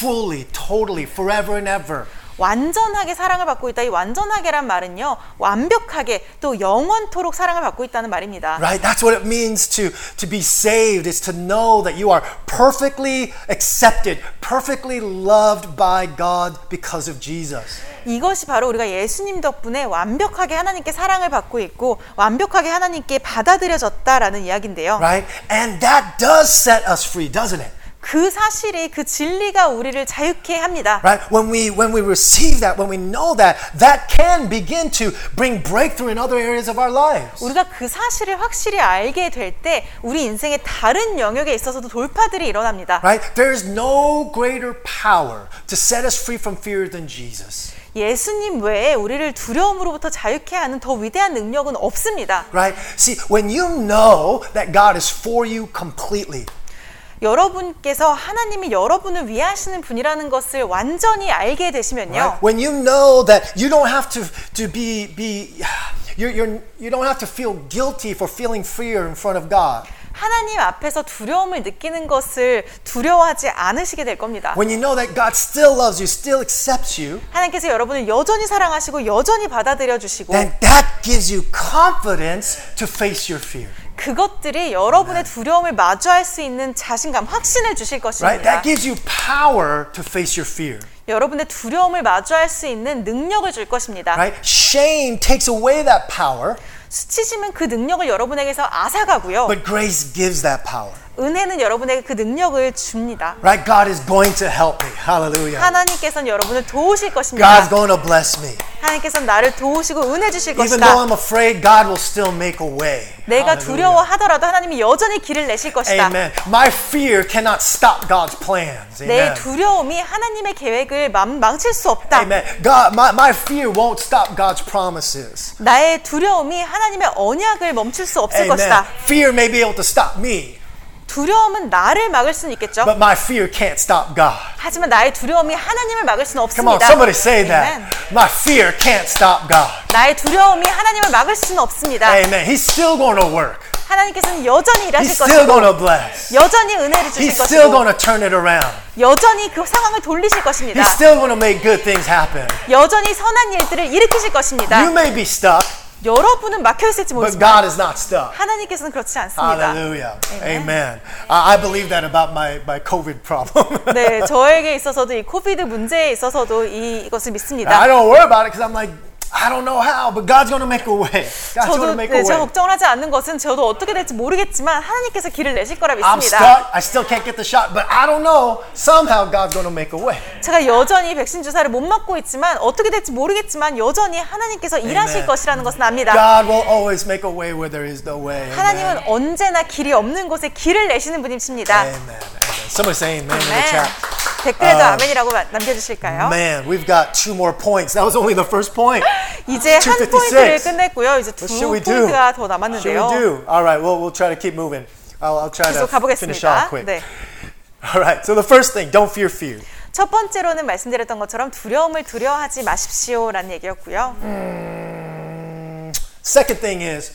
A: fully, totally, forever and ever.
B: 완전하게 사랑을 받고 있다. 이 완전하게란 말은요. 완벽하게 또 영원토록 사랑을 받고 있다는 말입니다.
A: Right? That's what it means to, to be saved, is to know that you are perfectly accepted, perfectly loved by God because of Jesus.
B: 이것이 바로 우리가 예수님 덕분에 완벽하게 하나님께 사랑을 받고 있고 완벽하게 하나님께 받아들여졌다라는 이야기인데요.
A: Right? And that does set us free, doesn't it?
B: 그 사실이 그 진리가 우리를 자유케 합니다.
A: Right? When we when we receive that, when we know that, that can begin to bring breakthrough in other areas of our lives.
B: 우리가 그 사실을 확실히 알게 될 때 우리 인생의 다른 영역에 있어서도 돌파들이 일어납니다.
A: Right? There is no greater power to set us free from fear than Jesus.
B: 예수님 외에 우리를 두려움으로부터 자유케 하는 더 위대한 능력은 없습니다.
A: Right? See, when you know that God is for you completely,
B: 여러분께서 하나님이 여러분을 위하시는 분이라는 것을 완전히 알게 되시면요.
A: right? when you know that you don't have to to be be you're, you're, you don't have to feel guilty for feeling fear in front of God.
B: 하나님 앞에서 두려움을 느끼는 것을 두려워하지 않으시게 될 겁니다.
A: When you know that God still loves you, still accepts you,
B: 하나님께서 여러분을 여전히 사랑하시고 여전히 받아들여 주시고
A: then that gives you confidence to face your fear.
B: 그것들이 여러분의 두려움을 마주할 수 있는 자신감, 확신을 주실
A: Right? That
B: 것입니다.
A: gives you power to face your fear.
B: 여러분의 두려움을 마주할 수 있는 능력을 줄 것입니다.
A: Right? Shame takes away that power,
B: 수치심은 그 능력을 여러분에게서 앗아가고요.
A: but grace gives that power.
B: 은혜는 여러분에게 그 능력을 줍니다.
A: Right? God is going to help me. Hallelujah.
B: 하나님께서는 여러분을 도우실
A: God's
B: 것입니다.
A: going to bless me.
B: 하나님께서는 나를 도우시고 은혜 주실
A: Even though
B: 것이다.
A: I'm afraid, God will still make a way.
B: 내가
A: Hallelujah.
B: 두려워하더라도 하나님이 여전히 길을 내실 것이다.
A: Amen. My fear cannot stop God's plans.
B: 내
A: Amen.
B: 두려움이 하나님의 계획을 망- 망칠 수 없다.
A: Amen. God, my, my fear won't stop God's promises.
B: 나의 두려움이 하나님의 언약을 멈출 수 없을
A: Amen.
B: 것이다.
A: Fear may be able to stop me,
B: 두려움은 나를 막을 수는 있겠죠.
A: but my fear can't stop God.
B: 하지만 나의 두려움이 하나님을 막을 수는
A: Come on,
B: 없습니다.
A: somebody say
B: Amen.
A: that. My fear can't stop God.
B: 나의 두려움이 하나님을 막을 수는 없습니다.
A: Amen. He's still going to work.
B: 하나님께서는 여전히
A: He's
B: 일하실
A: still
B: 것이고
A: going to bless.
B: 여전히 은혜를 주실
A: He's still
B: 것이고
A: going to turn it around.
B: 여전히 그 상황을 돌리실 것입니다.
A: He's still going to make good things happen.
B: 여전히 선한 일들을 일으키실 것입니다.
A: You may be stuck,
B: 여러분은 막혀 있을지
A: but
B: 모르지만
A: God is not stuck.
B: 하나님께서는 그렇지 않습니다.
A: Hallelujah. Amen.
B: Amen.
A: I, I believe that about my, my COVID problem.
B: 네, 저에게 있어서도 이 코비드 문제에 있어서도 이, 이것을
A: I
B: 믿습니다.
A: don't worry about it because I'm like, I don't know how, but God's going to make a way. God's going
B: 저도
A: to make
B: 네,
A: a
B: 제가
A: way.
B: 걱정을 하지 않는 것은 저도 어떻게 될지 모르겠지만 하나님께서 길을 내실 거라
A: I'm
B: 믿습니다.
A: stuck. I still can't get the shot, but I don't know. Somehow God's going to make a way.
B: 제가 여전히 백신 주사를 못 맞고 있지만 어떻게 될지 모르겠지만 여전히 하나님께서 일하실 것이라는 것은 압니다.
A: God will always make a way where there is no way. Amen.
B: 하나님은 언제나 길이 없는 곳에 길을 내시는 분이십니다.
A: Amen. Amen. Somebody say amen in the
B: 네.
A: chat. 네.
B: 댓글에도
A: 그렇죠. 아. 네.
B: 아멘이라고 남겨주실까요?
A: Man, we've got two more points. That was only the first point.
B: 이제 한
A: 256.
B: 포인트를 끝냈고요. 이제 두
A: What should we do?
B: 포인트가 더
A: What should we
B: 남았는데요.
A: do? All right, well, we'll try to keep moving. I'll, I'll try to
B: 계속
A: finish off
B: 가보겠습니다.
A: quick.
B: 네.
A: All right, so the first thing, don't fear fear.
B: 첫 번째로는 말씀드렸던 것처럼 두려움을 두려워하지 마십시오라는 얘기였고요.
A: 음. Second thing is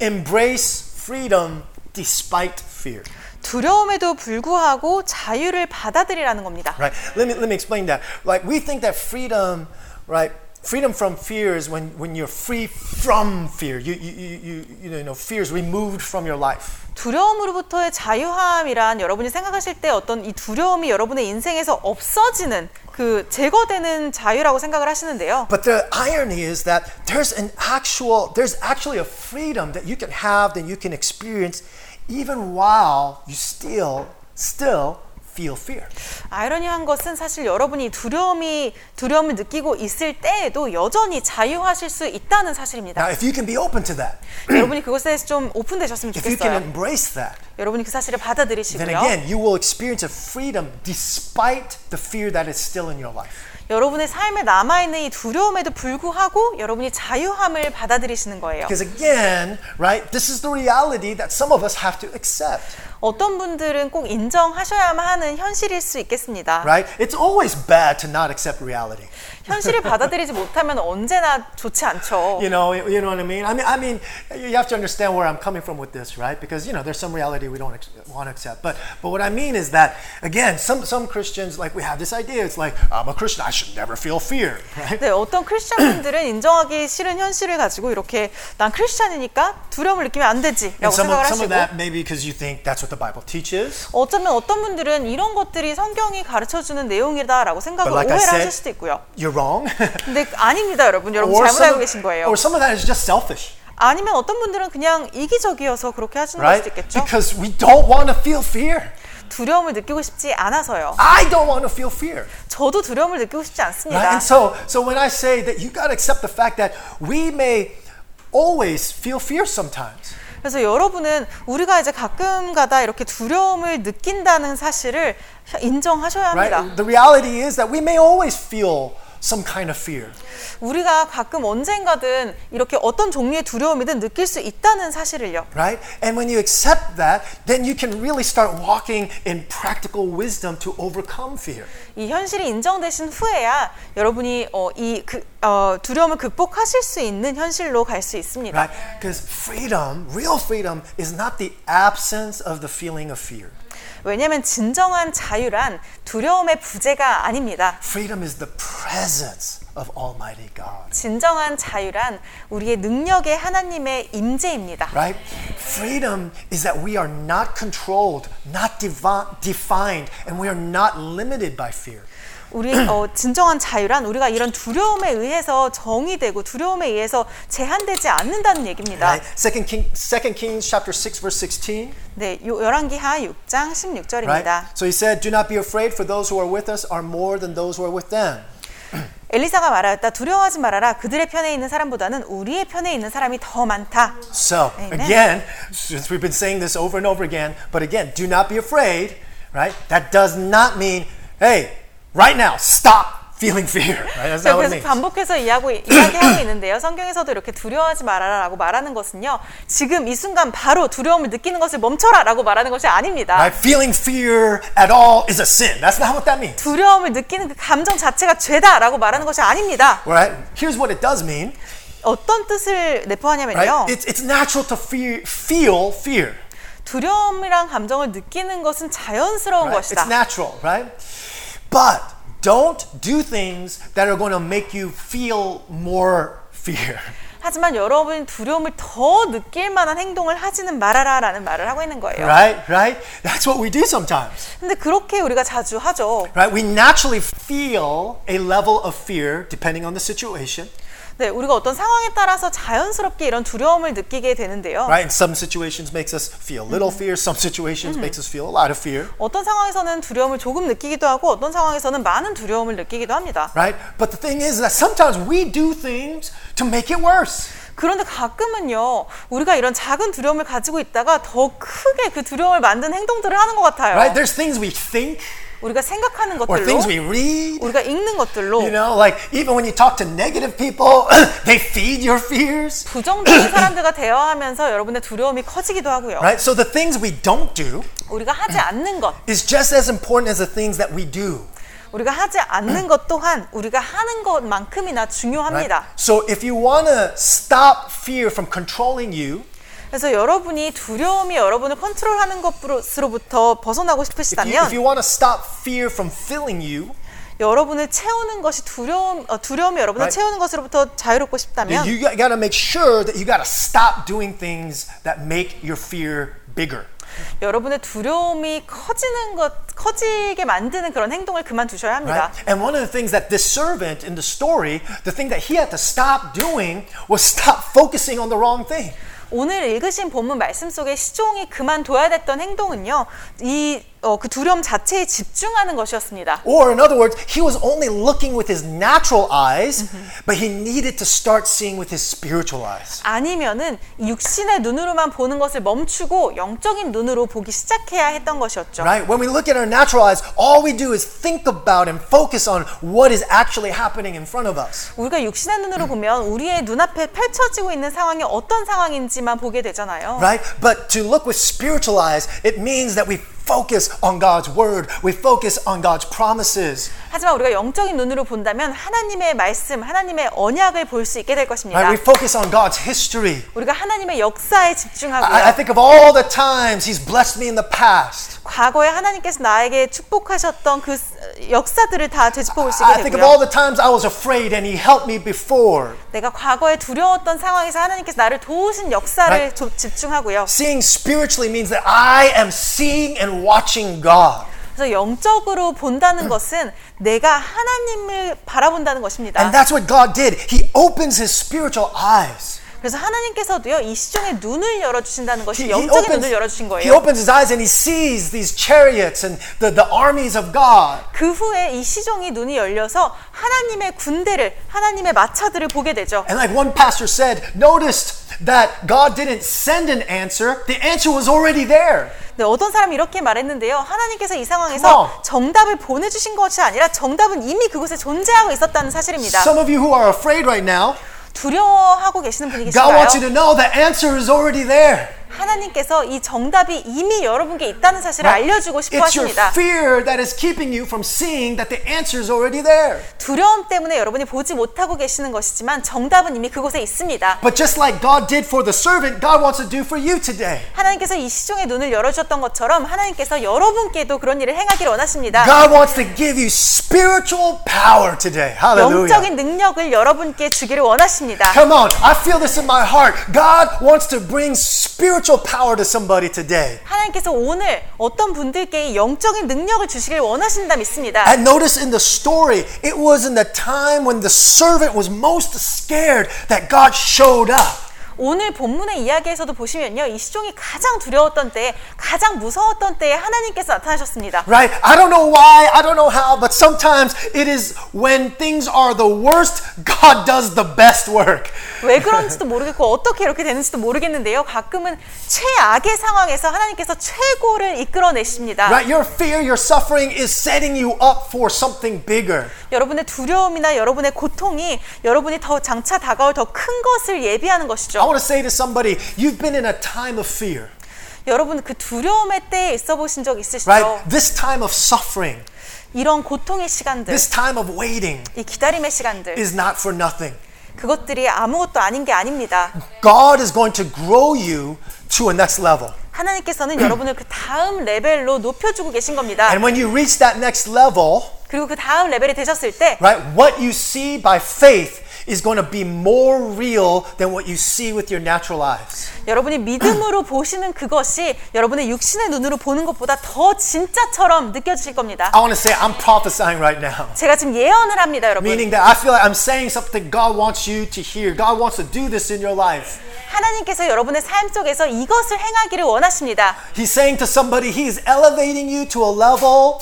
A: embrace freedom despite fear.
B: 두려움에도 불구하고 자유를 받아들이라는 겁니다.
A: Right. Let me let me explain that. Like we think that freedom, right? Freedom from fear is when, when you're free from fear. You you, you, you you know fear is removed from your life.
B: 두려움으로부터의 자유함이란 여러분이 생각하실 때 어떤 이 두려움이 여러분의 인생에서 없어지는 그 제거되는 자유라고 생각을 하시는데요.
A: But the irony is that there's an actual there's actually a freedom that you can have that you can experience even while you still still feel fear.
B: 아이러니한 것은 사실 여러분이 두려움이 두려움을 느끼고 있을 때에도 여전히 자유하실 수 있다는 사실입니다.
A: Now if you can be open to that,
B: 여러분이 그것에 대해서 좀 오픈되셨으면
A: if you can
B: 좋겠어요.
A: embrace that,
B: 여러분이 그 사실을
A: then
B: 받아들이시고요.
A: again you will experience a freedom despite the fear that is still in your life.
B: 여러분의 삶에 남아 있는 이 두려움에도 불구하고 여러분이 자유함을 받아들이시는 거예요.
A: Because again, right, this is the reality that some of us have to accept,
B: 어떤 분들은 꼭 인정하셔야만 하는 현실일 수 있겠습니다.
A: right? It's always bad to not accept reality.
B: 현실을 받아들이지 못하면 언제나 좋지 않죠.
A: You know, you know what I mean? I mean, I mean, you have to understand where I'm coming from with this, right? Because you know, there's some reality we don't ex- want to accept. But but what I mean is that again, some some Christians like we have this idea. It's like I'm a Christian, I should never feel fear, right?
B: 네, 어떤 크리스천분들은 인정하기 싫은 현실을 가지고 이렇게 난 크리스천이니까 두려움을 느끼면 안
A: And
B: 되지라고
A: some of,
B: 생각을
A: some of
B: 하시고
A: that maybe because you think that's what the Bible teaches.
B: 어쩌면 어떤 분들은 이런 것들이 성경이 가르쳐 주는 내용이다라고 생각을
A: But like I
B: 오해를
A: said-
B: 하실 수도 있고요.
A: You're wrong.
B: 근데 아닙니다, 여러분. 여러분 잘못 알고 계신 거예요.
A: or some of that is just selfish,
B: 아니면 어떤 분들은 그냥 이기적이어서 그렇게 하시는 걸
A: right?
B: 수도 있겠죠.
A: Because we don't want to feel fear.
B: 두려움을 느끼고 싶지 않아서요.
A: I don't want to feel fear.
B: 저도 두려움을 느끼고 싶지
A: Right?
B: 않습니다.
A: And so, so when I say that you got to accept the fact that we may always feel fear sometimes.
B: 그래서 여러분은 우리가 이제 가끔가다 이렇게 두려움을 느낀다는 사실을 인정하셔야
A: Right?
B: 합니다.
A: The reality is that we may always feel some kind of fear.
B: 우리가 가끔 언젠가든 이렇게 어떤 종류의 두려움이든 느낄 수 있다는 사실을요.
A: right? And when you accept that, then you can really start walking in practical wisdom to overcome fear.
B: 이 현실이 인정되신 후에야 여러분이 어, 이 그, 어, 두려움을 극복하실 수 있는 현실로 갈 수 있습니다.
A: Right? Because freedom, real freedom, is not the absence of the feeling of fear.
B: 왜냐하면 진정한 자유란 두려움의 부재가 아닙니다.
A: Freedom is the presence of Almighty God.
B: 진정한 자유란 우리의 능력의 하나님의 임재입니다.
A: Right? Freedom is that we are not controlled, not devi- defined, and we are not limited by fear.
B: 우리 어, 진정한 자유란 우리가 이런 두려움에 의해서 정의되고 두려움에 의해서 제한되지 않는다는 얘기입니다.
A: Right? Second, King, Second Kings chapter 6 verse 16.
B: 네, 요- 열왕기하 6장
A: Right?
B: 16절입니다.
A: So he said, "Do not be afraid, for those who are with us are more than those who are with them."
B: 엘리사가 말하였다. 두려워하지 말아라. 그들의 편에 있는 사람보다는 우리의 편에 있는 사람이 더 많다.
A: So
B: Amen.
A: again, since we've been saying this over and over again, but again, do not be afraid, right? That does not mean, hey, right now, stop feeling fear. Right? That's not what it
B: 그래서
A: means.
B: 반복해서 이야기하고, 이야기하고 있는데요. 성경에서도 이렇게 두려워하지 말아라라고 말하는 것은요. 지금 이 순간 바로 두려움을 느끼는 것을 멈춰라라고 말하는 것이 아닙니다.
A: Right? Feeling fear at all is a sin. That's not what that means.
B: 두려움을 느끼는 그 감정 자체가 죄다라고 말하는 것이 아닙니다.
A: Right? Here's what it does mean.
B: 어떤 뜻을
A: Right?
B: 내포하냐면요.
A: It's it's natural to fear, feel fear.
B: 두려움이란 감정을 느끼는 것은 자연스러운
A: Right?
B: 것이다.
A: It's natural, right? But don't do things that are going to make you feel more fear.
B: 하지만 여러분 두려움을 더 느낄 만한 행동을 하지는 말아라라는 말을 하고 있는 거예요.
A: Right? Right? That's what we do sometimes.
B: 근데 그렇게 우리가 자주 하죠.
A: Right? We naturally feel a level of fear depending on the situation.
B: 네, 우리가 어떤 상황에 따라서 자연스럽게 이런 두려움을 느끼게 되는데요.
A: Right? And some situations makes us feel little fear, some situations makes us feel a lot of fear.
B: 어떤 상황에서는 두려움을 조금 느끼기도 하고 어떤 상황에서는 많은 두려움을 느끼기도 합니다.
A: Right? But the thing is that sometimes we do things to make it worse.
B: 그런데 가끔은요, 우리가 이런 작은 두려움을 가지고 있다가 더 크게 그 두려움을 만든 행동들을 하는 것
A: Right?
B: 같아요.
A: There's things we think
B: 우리가 생각하는
A: or
B: 것들로,
A: things we read.
B: 우리가 읽는 것들로
A: You know, like even when you talk to negative people, they feed your fears.
B: 부정적인 사람들과 대화하면서 여러분의 두려움이 커지기도 하고요.
A: Right? So the things we don't do
B: 우리가 하지 않는 것,
A: is just as important as the things that we do.
B: 우리가 하지 않는 것 또한 우리가 하는 것만큼이나
A: Right?
B: 중요합니다.
A: So if you want to stop fear from controlling you,
B: 그래서 여러분이 두려움이 여러분을 컨트롤하는 것으로부터 벗어나고
A: if you,
B: 싶으시다면
A: if you want to stop fear from filling you,
B: 여러분을 채우는 것이 두려움 어, 두려움이 여러분을
A: Right.
B: 채우는 것으로부터 자유롭고
A: then
B: 싶다면
A: you got to make sure that you got to stop doing things that make your fear bigger.
B: 여러분의 두려움이 커지는 것 커지게 만드는 그런 행동을 그만두셔야 합니다.
A: Right? And one of the things that this servant in the story, the thing that he had to stop doing was stop focusing on the wrong thing.
B: 오늘 읽으신 본문 말씀 속에 시종이 그만둬야 됐던 행동은요, 이 어, 그 두려움 자체에 집중하는 것이었습니다.
A: Or, in other words, he was only looking with his natural eyes, but he needed to start seeing with his spiritual eyes.
B: 아니면은 이 육신의 눈으로만 보는 것을 멈추고 영적인 눈으로 보기 시작해야 했던 것이었죠.
A: Right? When we look at our natural eyes, all we do is think about and focus on what is actually happening in front of us.
B: 우리가 육신의 눈으로 보면 우리의 눈앞에 펼쳐지고 있는 상황이 어떤 상황인지만 보게 되잖아요.
A: Right? But to look with spiritual eyes, it means that we focus on God's word, we focus on God's promises.
B: 하지만 우리가 영적인 눈으로 본다면 하나님의 말씀, 하나님의 언약을 볼 수 있게 될 것입니다.
A: Right? We focus on God's history.
B: 우리가 하나님의 역사에
A: I, I
B: 집중하고요.
A: think of all the times He's blessed me in the past.
B: 과거에 하나님께서 나에게 축복하셨던 그 스- 역사들을 다 되짚어
A: I
B: 보시게
A: think of all
B: 되고요.
A: the times I was afraid and He helped me before.
B: 내가 과거에 두려웠던 상황에서 하나님께서 나를 도우신 역사를
A: Right.
B: 조- 집중하고요.
A: Seeing spiritually means that I am seeing and watching God.
B: 그래서 영적으로 본다는 것은 내가 하나님을 바라본다는
A: And
B: 것입니다.
A: that's what God did. He opens his spiritual eyes.
B: 그래서 하나님께서도요 이 시종의 눈을 열어 주신다는 것이
A: He, he
B: 영적인
A: opens,
B: 눈을 열어 주신
A: he
B: 거예요.
A: opens his eyes and he sees these chariots and the, the armies of God.
B: 그 후에 이 시종이 눈이 열려서 하나님의 군대를 하나님의 마차들을 보게 되죠.
A: And like one pastor said, noticed that God didn't send an answer, the answer was already there.
B: 네, 어떤 사람이 이렇게 말했는데요. 하나님께서 이
A: Come
B: 상황에서
A: on.
B: 정답을 보내주신 것이 아니라 정답은 이미 그곳에 존재하고 있었다는 사실입니다.
A: Some of you who are afraid right now,
B: 두려워하고 계시는 분이
A: God
B: 계신가요?
A: wants you to know the answer is already there.
B: 하나님께서 이 정답이 이미 여러분께 있다는 사실을 알려주고 싶어
A: It's your
B: 하십니다.
A: fear that is keeping you from seeing that the answer is already there.
B: 두려움 때문에 여러분이 보지 못하고 계시는 것이지만 정답은 이미 그곳에 있습니다.
A: But just like God did for the servant, God wants to do for you today.
B: 하나님께서 이 시종의 눈을 열어주셨던 것처럼 하나님께서 여러분께도 그런 일을 행하기를 원하십니다.
A: God wants to give you spiritual power today. Hallelujah.
B: 영적인 능력을 여러분께 주기를 원하십니다.
A: Come on, I feel this in my heart. God wants to bring spiritual power to somebody today.
B: 하나님께서 오늘 어떤 분들께 이 영적인 능력을 주시길 원하신다 믿습니다.
A: And notice in the story, it was in the time when the servant was most scared that God showed up.
B: 오늘 본문의 이야기에서도 보시면요. 이 시종이 가장 두려웠던 때에 가장 무서웠던 때에 하나님께서 나타나셨습니다.
A: Right? I don't know why, I don't know how, but sometimes it is when things are the worst, God does the best work.
B: 왜 그런지도 모르겠고 어떻게 이렇게 되는지도 모르겠는데요. 가끔은 최악의 상황에서 하나님께서 최고를 이끌어내십니다.
A: Right? Your fear, your suffering is setting you up for something bigger.
B: 여러분의 두려움이나 여러분의 고통이 여러분이 더 장차 다가올 더 큰 것을 예비하는
A: I
B: 것이죠.
A: want to say to somebody, you've been in a time of fear,
B: 여러분 그 두려움의 때에 있어 보신 적 있으시죠?
A: right? This time of suffering,
B: 이런 고통의 시간들,
A: this time of waiting
B: 이 기다림의 시간들,
A: is not for nothing.
B: 그것들이 아무것도 아닌 게 아닙니다.
A: God is going to grow you to a next level.
B: 하나님께서는 여러분을 그 다음 레벨로 높여주고 계신 겁니다.
A: And when you reach that next level,
B: 그리고 그 다음 레벨이 되셨을 때
A: right, what you see by faith is going to be more real than what you see with your natural eyes.
B: 여러분이 믿음으로 보시는 그것이 여러분의 육신의 눈으로 보는 것보다 더 진짜처럼 느껴지실 겁니다.
A: I want to say I'm prophesying right now.
B: 제가 지금 예언을 합니다, 여러분.
A: Meaning that I feel like I'm saying something God wants you to hear. God wants to do this in your life.
B: 하나님께서 여러분의 삶 속에서 이것을 행하기를 원하십니다.
A: He's saying to somebody, He is elevating you to a level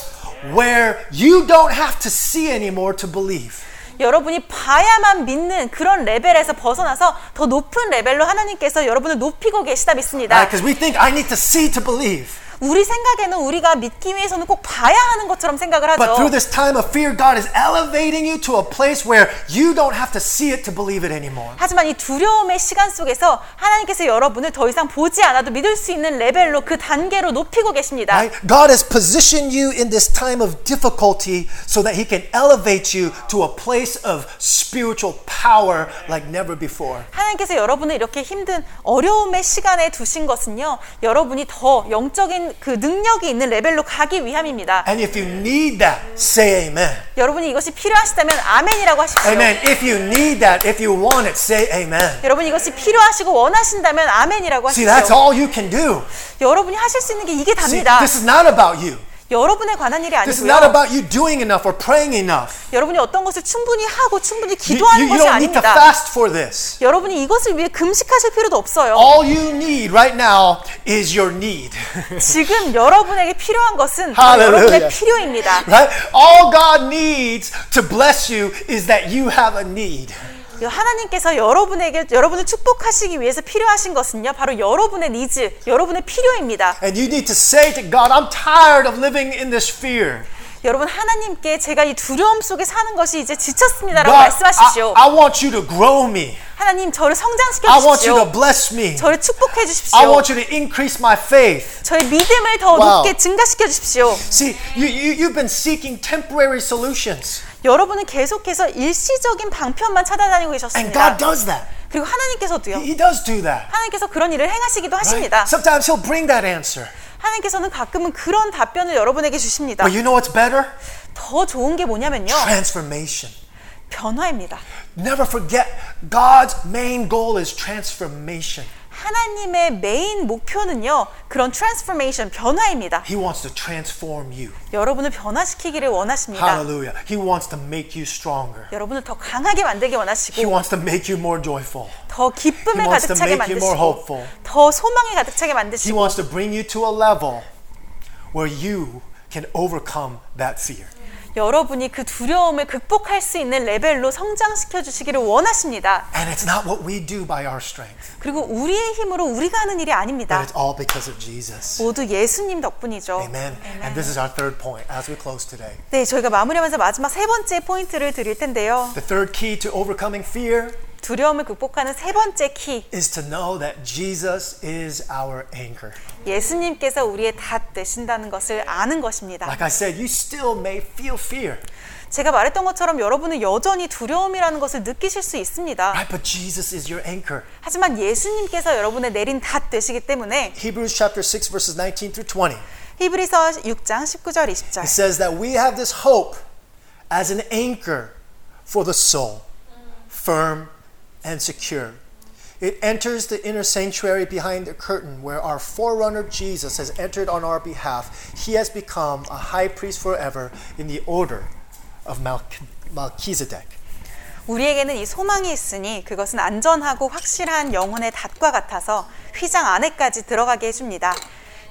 A: where you don't have to see anymore to believe.
B: 여러분이 봐야만 믿는 그런 레벨에서 벗어나서 더 높은 레벨로 하나님께서 여러분을 높이고 계시다 믿습니다.
A: Because we think I need to see to believe.
B: 우리 생각에는 우리가 믿기 위해서는 꼭 봐야 하는 것처럼 생각을
A: But through
B: 하죠.
A: this time of fear, God is elevating you to a place where you don't have to see it to believe it anymore.
B: 하지만 이 두려움의 시간 속에서 하나님께서 여러분을 더 이상 보지 않아도 믿을 수 있는 레벨로 그 단계로 높이고 계십니다.
A: Right? God has positioned you in this time of difficulty so that He can elevate you to a place of spiritual power like never before.
B: 하나님께서 여러분을 이렇게 힘든 어려움의 시간에 두신 것은요, 여러분이 더 영적인 그 능력이 있는 레벨로 가기 위함입니다.
A: And if you need that, say amen.
B: 여러분이 이것이 필요하시다면 아멘이라고 하십시오.
A: Amen. If you need that, if you want it, say amen.
B: 여러분 이것이 필요하시고 원하신다면 아멘이라고
A: See, that's
B: 하십시오.
A: all you can do.
B: 여러분이 하실 수 있는 게 이게
A: See,
B: 답니다.
A: this is not about you.
B: 여러분에 관한 일이
A: This is not
B: 아니고요.
A: about you doing enough or praying enough.
B: 여러분이 어떤 것을 충분히 하고 충분히
A: You,
B: 기도하는
A: you- you
B: 것이
A: don't need to
B: 아닙니다.
A: fast for this.
B: 여러분이 이것을 위해 금식하실 필요도 없어요.
A: All you need right now is your need.
B: 지금 여러분에게 필요한 것은 바로
A: Hallelujah.
B: 여러분의 필요입니다.
A: Right? All God needs to bless you is that you have a need.
B: 하나님께서 여러분에게 여러분을 축복하시기 위해서 필요하신 것은요 바로 여러분의 니즈, 여러분의 필요입니다.
A: And you need to say to God, I'm tired of living in this fear.
B: 여러분 하나님께 제가 이 두려움 속에 사는 것이 이제 지쳤습니다라고
A: God,
B: 말씀하십시오.
A: I, I want you to grow me.
B: 하나님 저를 성장시켜
A: I want you to
B: 주십시오.
A: bless me.
B: 저를 축복해
A: I
B: 주십시오.
A: want you to increase my faith.
B: 저의 믿음을 더
A: Wow.
B: 높게 증가시켜 주십시오.
A: See, you, you, you've been seeking temporary solutions.
B: 여러분은 계속해서 일시적인 방편만 찾아다니고
A: And God
B: 계셨습니다.
A: does that.
B: 그리고 하나님께서도요.
A: He does do that.
B: 하나님께서 그런 일을 행하시기도
A: right?
B: 하십니다.
A: Sometimes He'll bring that answer.
B: 하나님께서는 가끔은 그런 답변을 여러분에게 주십니다.
A: But you know what's better?
B: 더 좋은 게 뭐냐면요.
A: Transformation.
B: 변화입니다.
A: Never forget, God's main goal is transformation.
B: 하나님의 메인 목표는요. 그런 트랜스포메이션 변화입니다.
A: He wants to transform you.
B: 여러분을 변화시키기를 원하십니다.
A: Hallelujah. He wants to make you stronger.
B: 여러분을 더 강하게 만들기
A: He
B: 원하시고
A: wants to make you more joyful.
B: 더
A: He
B: 기쁨에
A: wants
B: 가득
A: to
B: 차게
A: make you more
B: 만드시고
A: hopeful.
B: 더 소망에 가득 차게
A: He
B: 만드시고
A: wants to bring you to a level where you can overcome that fear.
B: 여러분이 그 두려움을 극복할 수 있는 레벨로 성장시켜 주시기를 원하십니다.
A: And it's not what we do by our strength,
B: 그리고 우리의 힘으로 우리가 하는 일이
A: but
B: 아닙니다.
A: it's all because of Jesus.
B: 모두 예수님 덕분이죠.
A: Amen. And this is our third point as we close today.
B: 네, 저희가 마무리하면서 마지막 세 번째 포인트를 드릴 텐데요.
A: The third key to overcoming fear
B: 두려움을 극복하는 세 번째 키,
A: is to know that Jesus is our anchor.
B: 예수님께서 우리의 닷 되신다는 것을 아는 것입니다.
A: Like I said, you still may feel fear,
B: 제가 말했던 것처럼 여러분은 여전히 두려움이라는 것을 느끼실 수 있습니다.
A: right? But Jesus is your anchor.
B: 하지만 예수님께서 여러분의 내린 닷 되시기 때문에
A: Hebrews chapter 6 verses 19 through 20.
B: 히브리서 6장 19절
A: It
B: 20절
A: says that we have this hope as an anchor for the soul, firm and secure. It enters the inner sanctuary behind the curtain where our forerunner Jesus has entered on our behalf. He has become a high priest forever in the order of Melch- Melchizedek.
B: 우리에게는 이 소망이 있으니 그것은 안전하고 확실한 영혼의 닷과 같아서 휘장 안에까지 들어가게 해줍니다.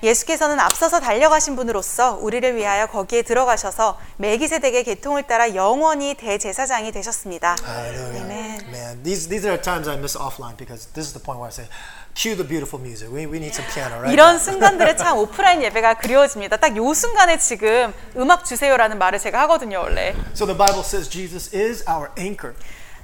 B: 예수께서는 앞서서 달려가신 분으로서 우리를 위하여 거기에 들어가셔서 mel기세덱의 계통을 따라 영원히 대제사장이 되셨습니다.
A: Hallelujah.
B: Amen.
A: Man, these, these are times I miss offline because this is the point where I say, cue the beautiful music. We, we need some piano, right?
B: 이런 순간들에 참 오프라인 예배가 그리워집니다. 딱 요 순간에 지금 음악 주세요라는 말을 제가 하거든요, 원래.
A: So the Bible says Jesus is our anchor,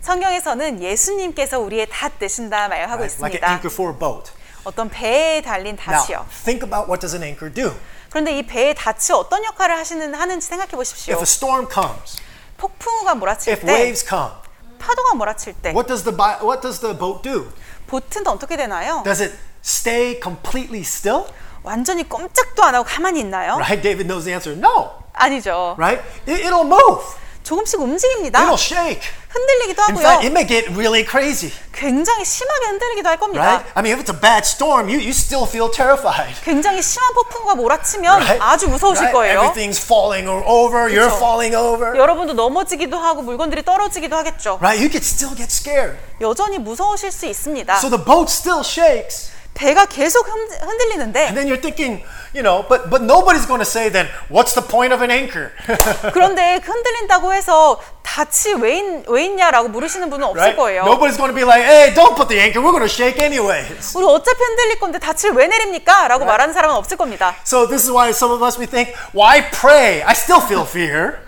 B: 성경에서는 예수님께서 우리의 닷 되신다 말하고
A: right? like an
B: 있습니다.
A: anchor for a boat.
B: 어떤 배에 달린 닷이요.
A: Now, think about what does an anchor do?
B: 그런데 이 배의 닻이 어떤 역할을 하시는 하는지 생각해 보십시오.
A: If a storm comes,
B: 폭풍우가
A: if
B: 몰아칠 때,
A: waves come,
B: 파도가 몰아칠 때,
A: what does the bi- what does the boat do?
B: 보트는 어떻게 되나요?
A: Does it stay completely still?
B: 완전히 꼼짝도 안 하고 가만히 있나요?
A: Right? David knows the answer. No,
B: 아니죠.
A: right? It, it'll move.
B: 조금씩 움직입니다.
A: It'll shake.
B: 흔들리기도
A: In fact, it
B: 하고요.
A: may get really crazy,
B: 굉장히 심하게 흔들리기도 할
A: right?
B: 겁니다.
A: I mean, if it's a bad storm, you you still feel terrified.
B: 굉장히 심한 폭풍우가 몰아치면
A: Right?
B: 아주 무서우실
A: Right?
B: 거예요.
A: Everything's falling o- over. You're
B: 그쵸.
A: falling over.
B: 여러분도 넘어지기도 하고 물건들이 떨어지기도 하겠죠.
A: Right? You could still get scared.
B: 여전히 무서우실 수 있습니다.
A: So the boat still shakes.
B: 배가 계속 흔- 흔들리는데
A: And then you're thinking, you know, but but nobody's going to say then, what's the point of an anchor?
B: 그런데 흔들린다고 해서 닻이 왜, 있, 왜 있냐라고 물으시는 분은 없을
A: right?
B: 거예요.
A: Nobody's going to be like, hey, don't put the anchor. We're going to shake anyways.
B: 우리 어차피 흔들릴 건데 닻을 왜 내립니까? 라고 말하는 사람은 없을 겁니다.
A: So this is why some of us we think, why pray? I still feel fear.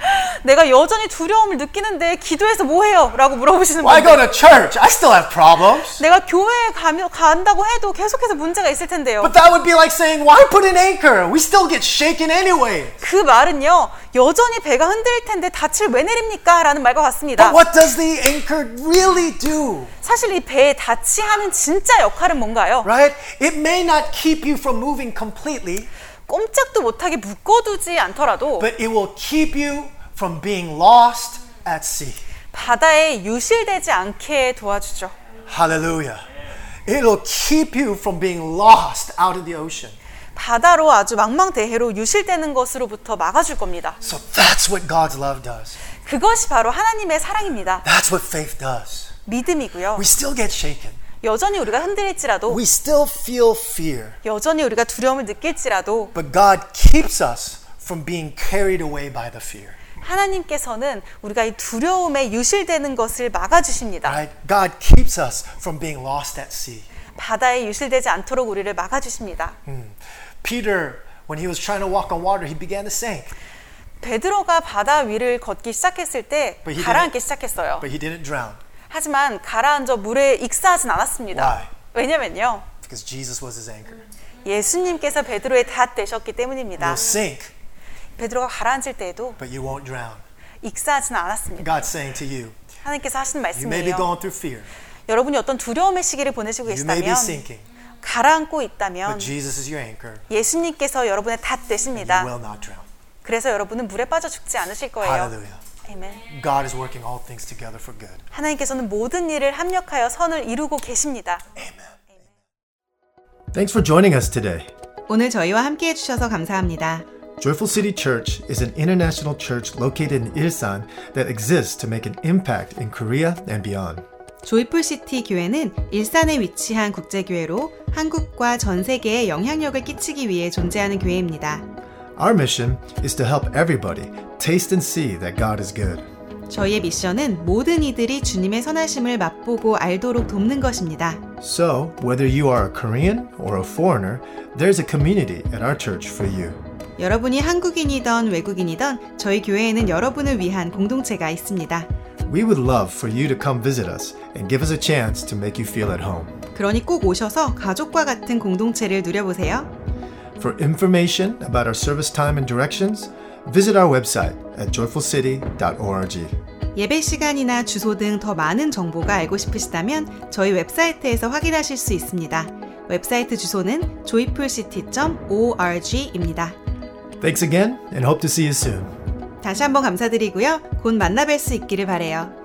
B: 내가 여전히 두려움을 느끼는데 기도해서 뭐해요? 라고 물어보시는
A: Why
B: 분.
A: go to church? I still have problems.
B: 내가 교회에 가며, 간다고 해도 계속해서 문제가 있을 텐데요.
A: But that would be like saying, why put an anchor? We still get shaken anyway.
B: 그 말은요, 여전히 배가 흔들릴 텐데 닻을 왜 내립니까? 라는 말과 같습니다.
A: But what does the anchor really do?
B: 사실 이 배에 닻이 하는 진짜 역할은 뭔가요?
A: Right? It may not keep you from moving completely,
B: 꼼짝도 못하게 묶어두지 않더라도
A: but it will keep you from being lost at sea.
B: 바다에 유실되지 않게 도와주죠.
A: Hallelujah. It'll keep you from being lost out in the ocean.
B: 바다로 아주 망망대해로 유실되는 것으로부터 막아줄 겁니다.
A: So that's what God's love does.
B: 그것이 바로 하나님의 사랑입니다.
A: That's what faith does.
B: 믿음이고요.
A: We still get shaken.
B: 여전히 우리가 흔들릴지라도,
A: We still feel fear.
B: 여전히 우리가 두려움을 느낄지라도,
A: But God keeps us from being carried away by the fear.
B: 하나님께서는 우리가 이 두려움에 유실되는 것을 막아주십니다.
A: Right? God keeps us from being lost at sea.
B: 바다에 유실되지 않도록 우리를 막아주십니다.
A: Hmm. Peter, when he was trying to walk on water, he began to sink,
B: 베드로가 바다 위를 걷기 시작했을 때
A: But he didn't-
B: 가라앉기 시작했어요.
A: but he didn't drown
B: 하지만 가라앉아 물에 익사하진
A: Why?
B: 않았습니다. 왜냐면요.
A: because Jesus was his anchor.
B: 예수님께서 베드로의 닷 되셨기 때문입니다.
A: You'll sink,
B: 베드로가 가라앉을 때에도
A: but you won't drown.
B: 익사하지는 않았습니다.
A: God's saying to you,
B: 하나님께서 하시는
A: you may be
B: 말씀이에요.
A: going through fear,
B: 여러분이 어떤 두려움의 시기를 보내시고
A: you may be
B: 계시다면
A: sinking,
B: 가라앉고
A: but
B: 있다면
A: Jesus is your anchor.
B: 예수님께서 여러분의 닷
A: You
B: 되십니다.
A: will not drown.
B: 그래서 여러분은 물에 빠져 죽지 않으실 거예요.
A: Hallelujah.
B: 아멘.
A: God is working all things together for good.
B: 하나님께서는 모든 일을 합력하여 선을 이루고 계십니다.
A: Thanks for joining us today.
B: 오늘 저희와 함께 해주셔서 감사합니다.
A: Joyful City Church is an international church located in Ilsan that exists to make an impact in Korea and beyond.
C: 조이풀 시티 교회는 일산에 위치한 국제교회로 한국과 전 세계에 영향력을 끼치기 위해 존재하는 교회입니다.
A: Our mission is to help everybody taste and see that God is good.
C: 저희의 미션은 모든 이들이 주님의 선하심을 맛보고 알도록 돕는 것입니다.
A: So, whether you are a Korean or a foreigner, there's a community at our church for you.
C: 여러분이 한국인이던 외국인이던 저희 교회에는 여러분을 위한 공동체가 있습니다.
A: We would love for you to come visit us and give us a chance to make you feel at home.
C: 그러니 꼭 오셔서 가족과 같은 공동체를 누려보세요.
A: For information about our service time and directions, visit our website at joyfulcity.org.
C: 예배 시간이나 주소 등 더 많은 정보가 알고 싶으시다면 저희 웹사이트에서 확인하실 수 있습니다. 웹사이트 주소는 joyfulcity.org입니다.
A: Thanks again and hope to see you soon.
C: 다시 한번 감사드리고요. 곧 만나뵐 수 있기를 바래요.